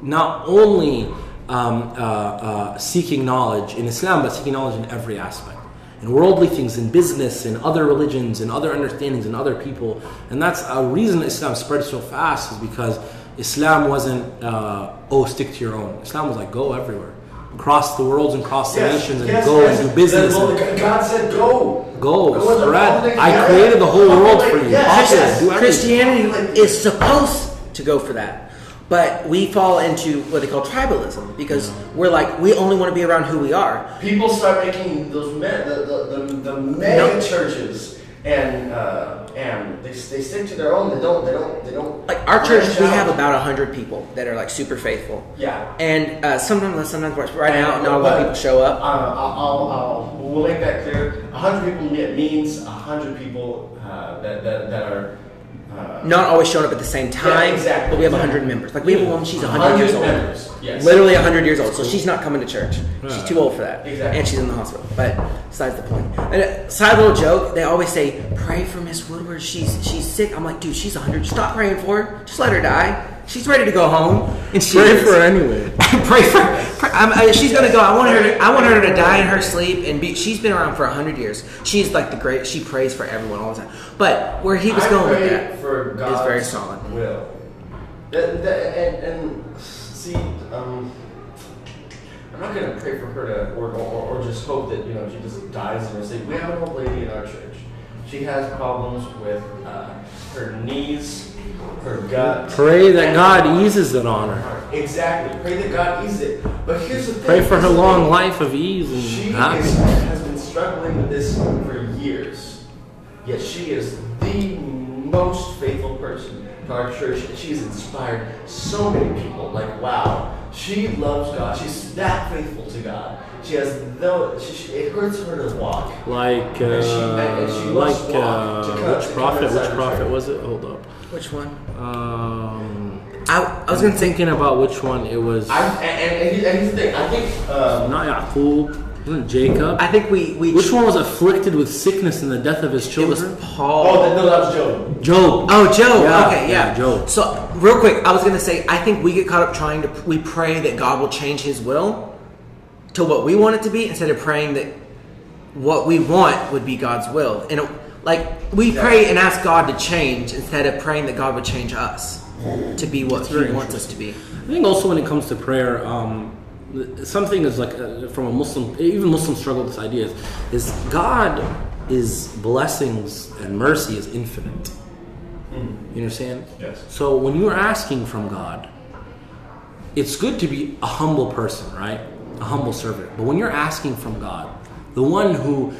not only um, uh, uh, seeking knowledge in Islam, but seeking knowledge in every aspect, in worldly things, in business, in other religions, in other understandings, in other people. And that's a reason Islam spread so fast is because Islam wasn't, uh, oh, stick to your own. Islam was like, go everywhere. Cross the worlds and cross the nations and go and do business.
Well,
and
God said go.
Go,
into
spread.
all nations.
I created the whole world for you.
Yes,
Populate,
yes.
do everything.
Christianity is supposed to go for that, but we fall into what they call tribalism because we're like we only want to be around who we are.
People start making those me- the, the, the, the mega churches, and uh, and they, they stick to their own. They don't. They don't. They don't.
Like our church,
branch
we
out.
have about hundred people that are like super faithful.
Yeah.
and uh, sometimes sometimes right now not a lot
But,
of people show
Uh,
up.
I'll, I'll, I'll, we'll make that clear. A hundred people me- means a hundred people uh, that, that that are. Uh,
Not always showing up at the same time.
exactly,
But we have
exactly.
hundred members. Like we have a woman, she's hundred
100
years old.
members, yes.
Literally hundred years old. So she's not coming to church. She's too old for that.
Exactly.
And she's in the hospital. But besides the point. And a side little joke. They always say, "Pray for Miss Woodward. She's she's sick." I'm like, dude, she's hundred. Stop praying for her. Just let her die. She's ready to go home. And she
Pray
is.
for her anyway.
<laughs> pray for. Pray, I'm, I, she's gonna go. I want her. To, I want her to die in her sleep and be. She's been around for hundred years. She's like the great. She prays for everyone all the time. But where he was
I
going
pray
with that
for
is
God's
very solid.
Will. That, that, and, and see, um, I'm not gonna pray for her to, or, or, or just hope that you know she just dies in her sleep. We have an old lady in our church. She has problems with uh, her knees, her gut.
Pray that God eases it on her.
Exactly. Pray that God eases it. But here's the thing.
Pray for her
here's the
long
thing.
life of ease and
She is,
happiness.
has been struggling with this for years. Yet she is the most faithful person to our church. and She's inspired so many people. Like, wow, she loves God. She's that faithful to God. She has no. She, she, it hurts her to walk.
Like, uh,
And she- and she
like,
must walk to
uh,
cut-
which prophet?
inside
Which
the
prophet
church.
was it? Hold up.
Which one?
Um,
I, I was gonna think.
I'm thinking about which one it was.
I, and, and, and here's the thing. I think um,
Not Yaqub. Wasn't Jacob?
I think we we
Which one was afflicted with sickness and the death of his
it was
children?
Paul.
Oh, then no, that was Job.
Job.
Oh, Job.
Yeah,
okay, yeah.
yeah, Job.
So, real quick, I was gonna say, I think we get caught up trying to. We pray that God will change His will to what we want it to be, instead of praying that what we want would be God's will. And it, like we pray and ask God to change instead of praying that God would change us to be what He
very
wants us to be.
I think also when it comes to prayer, um, something is like uh, from a Muslim, even Muslims struggle with this idea is, is God is blessings and mercy is infinite. You understand?
Yes.
So when you're asking from God, it's good to be a humble person, right? A humble servant. But when you're asking from God, the one who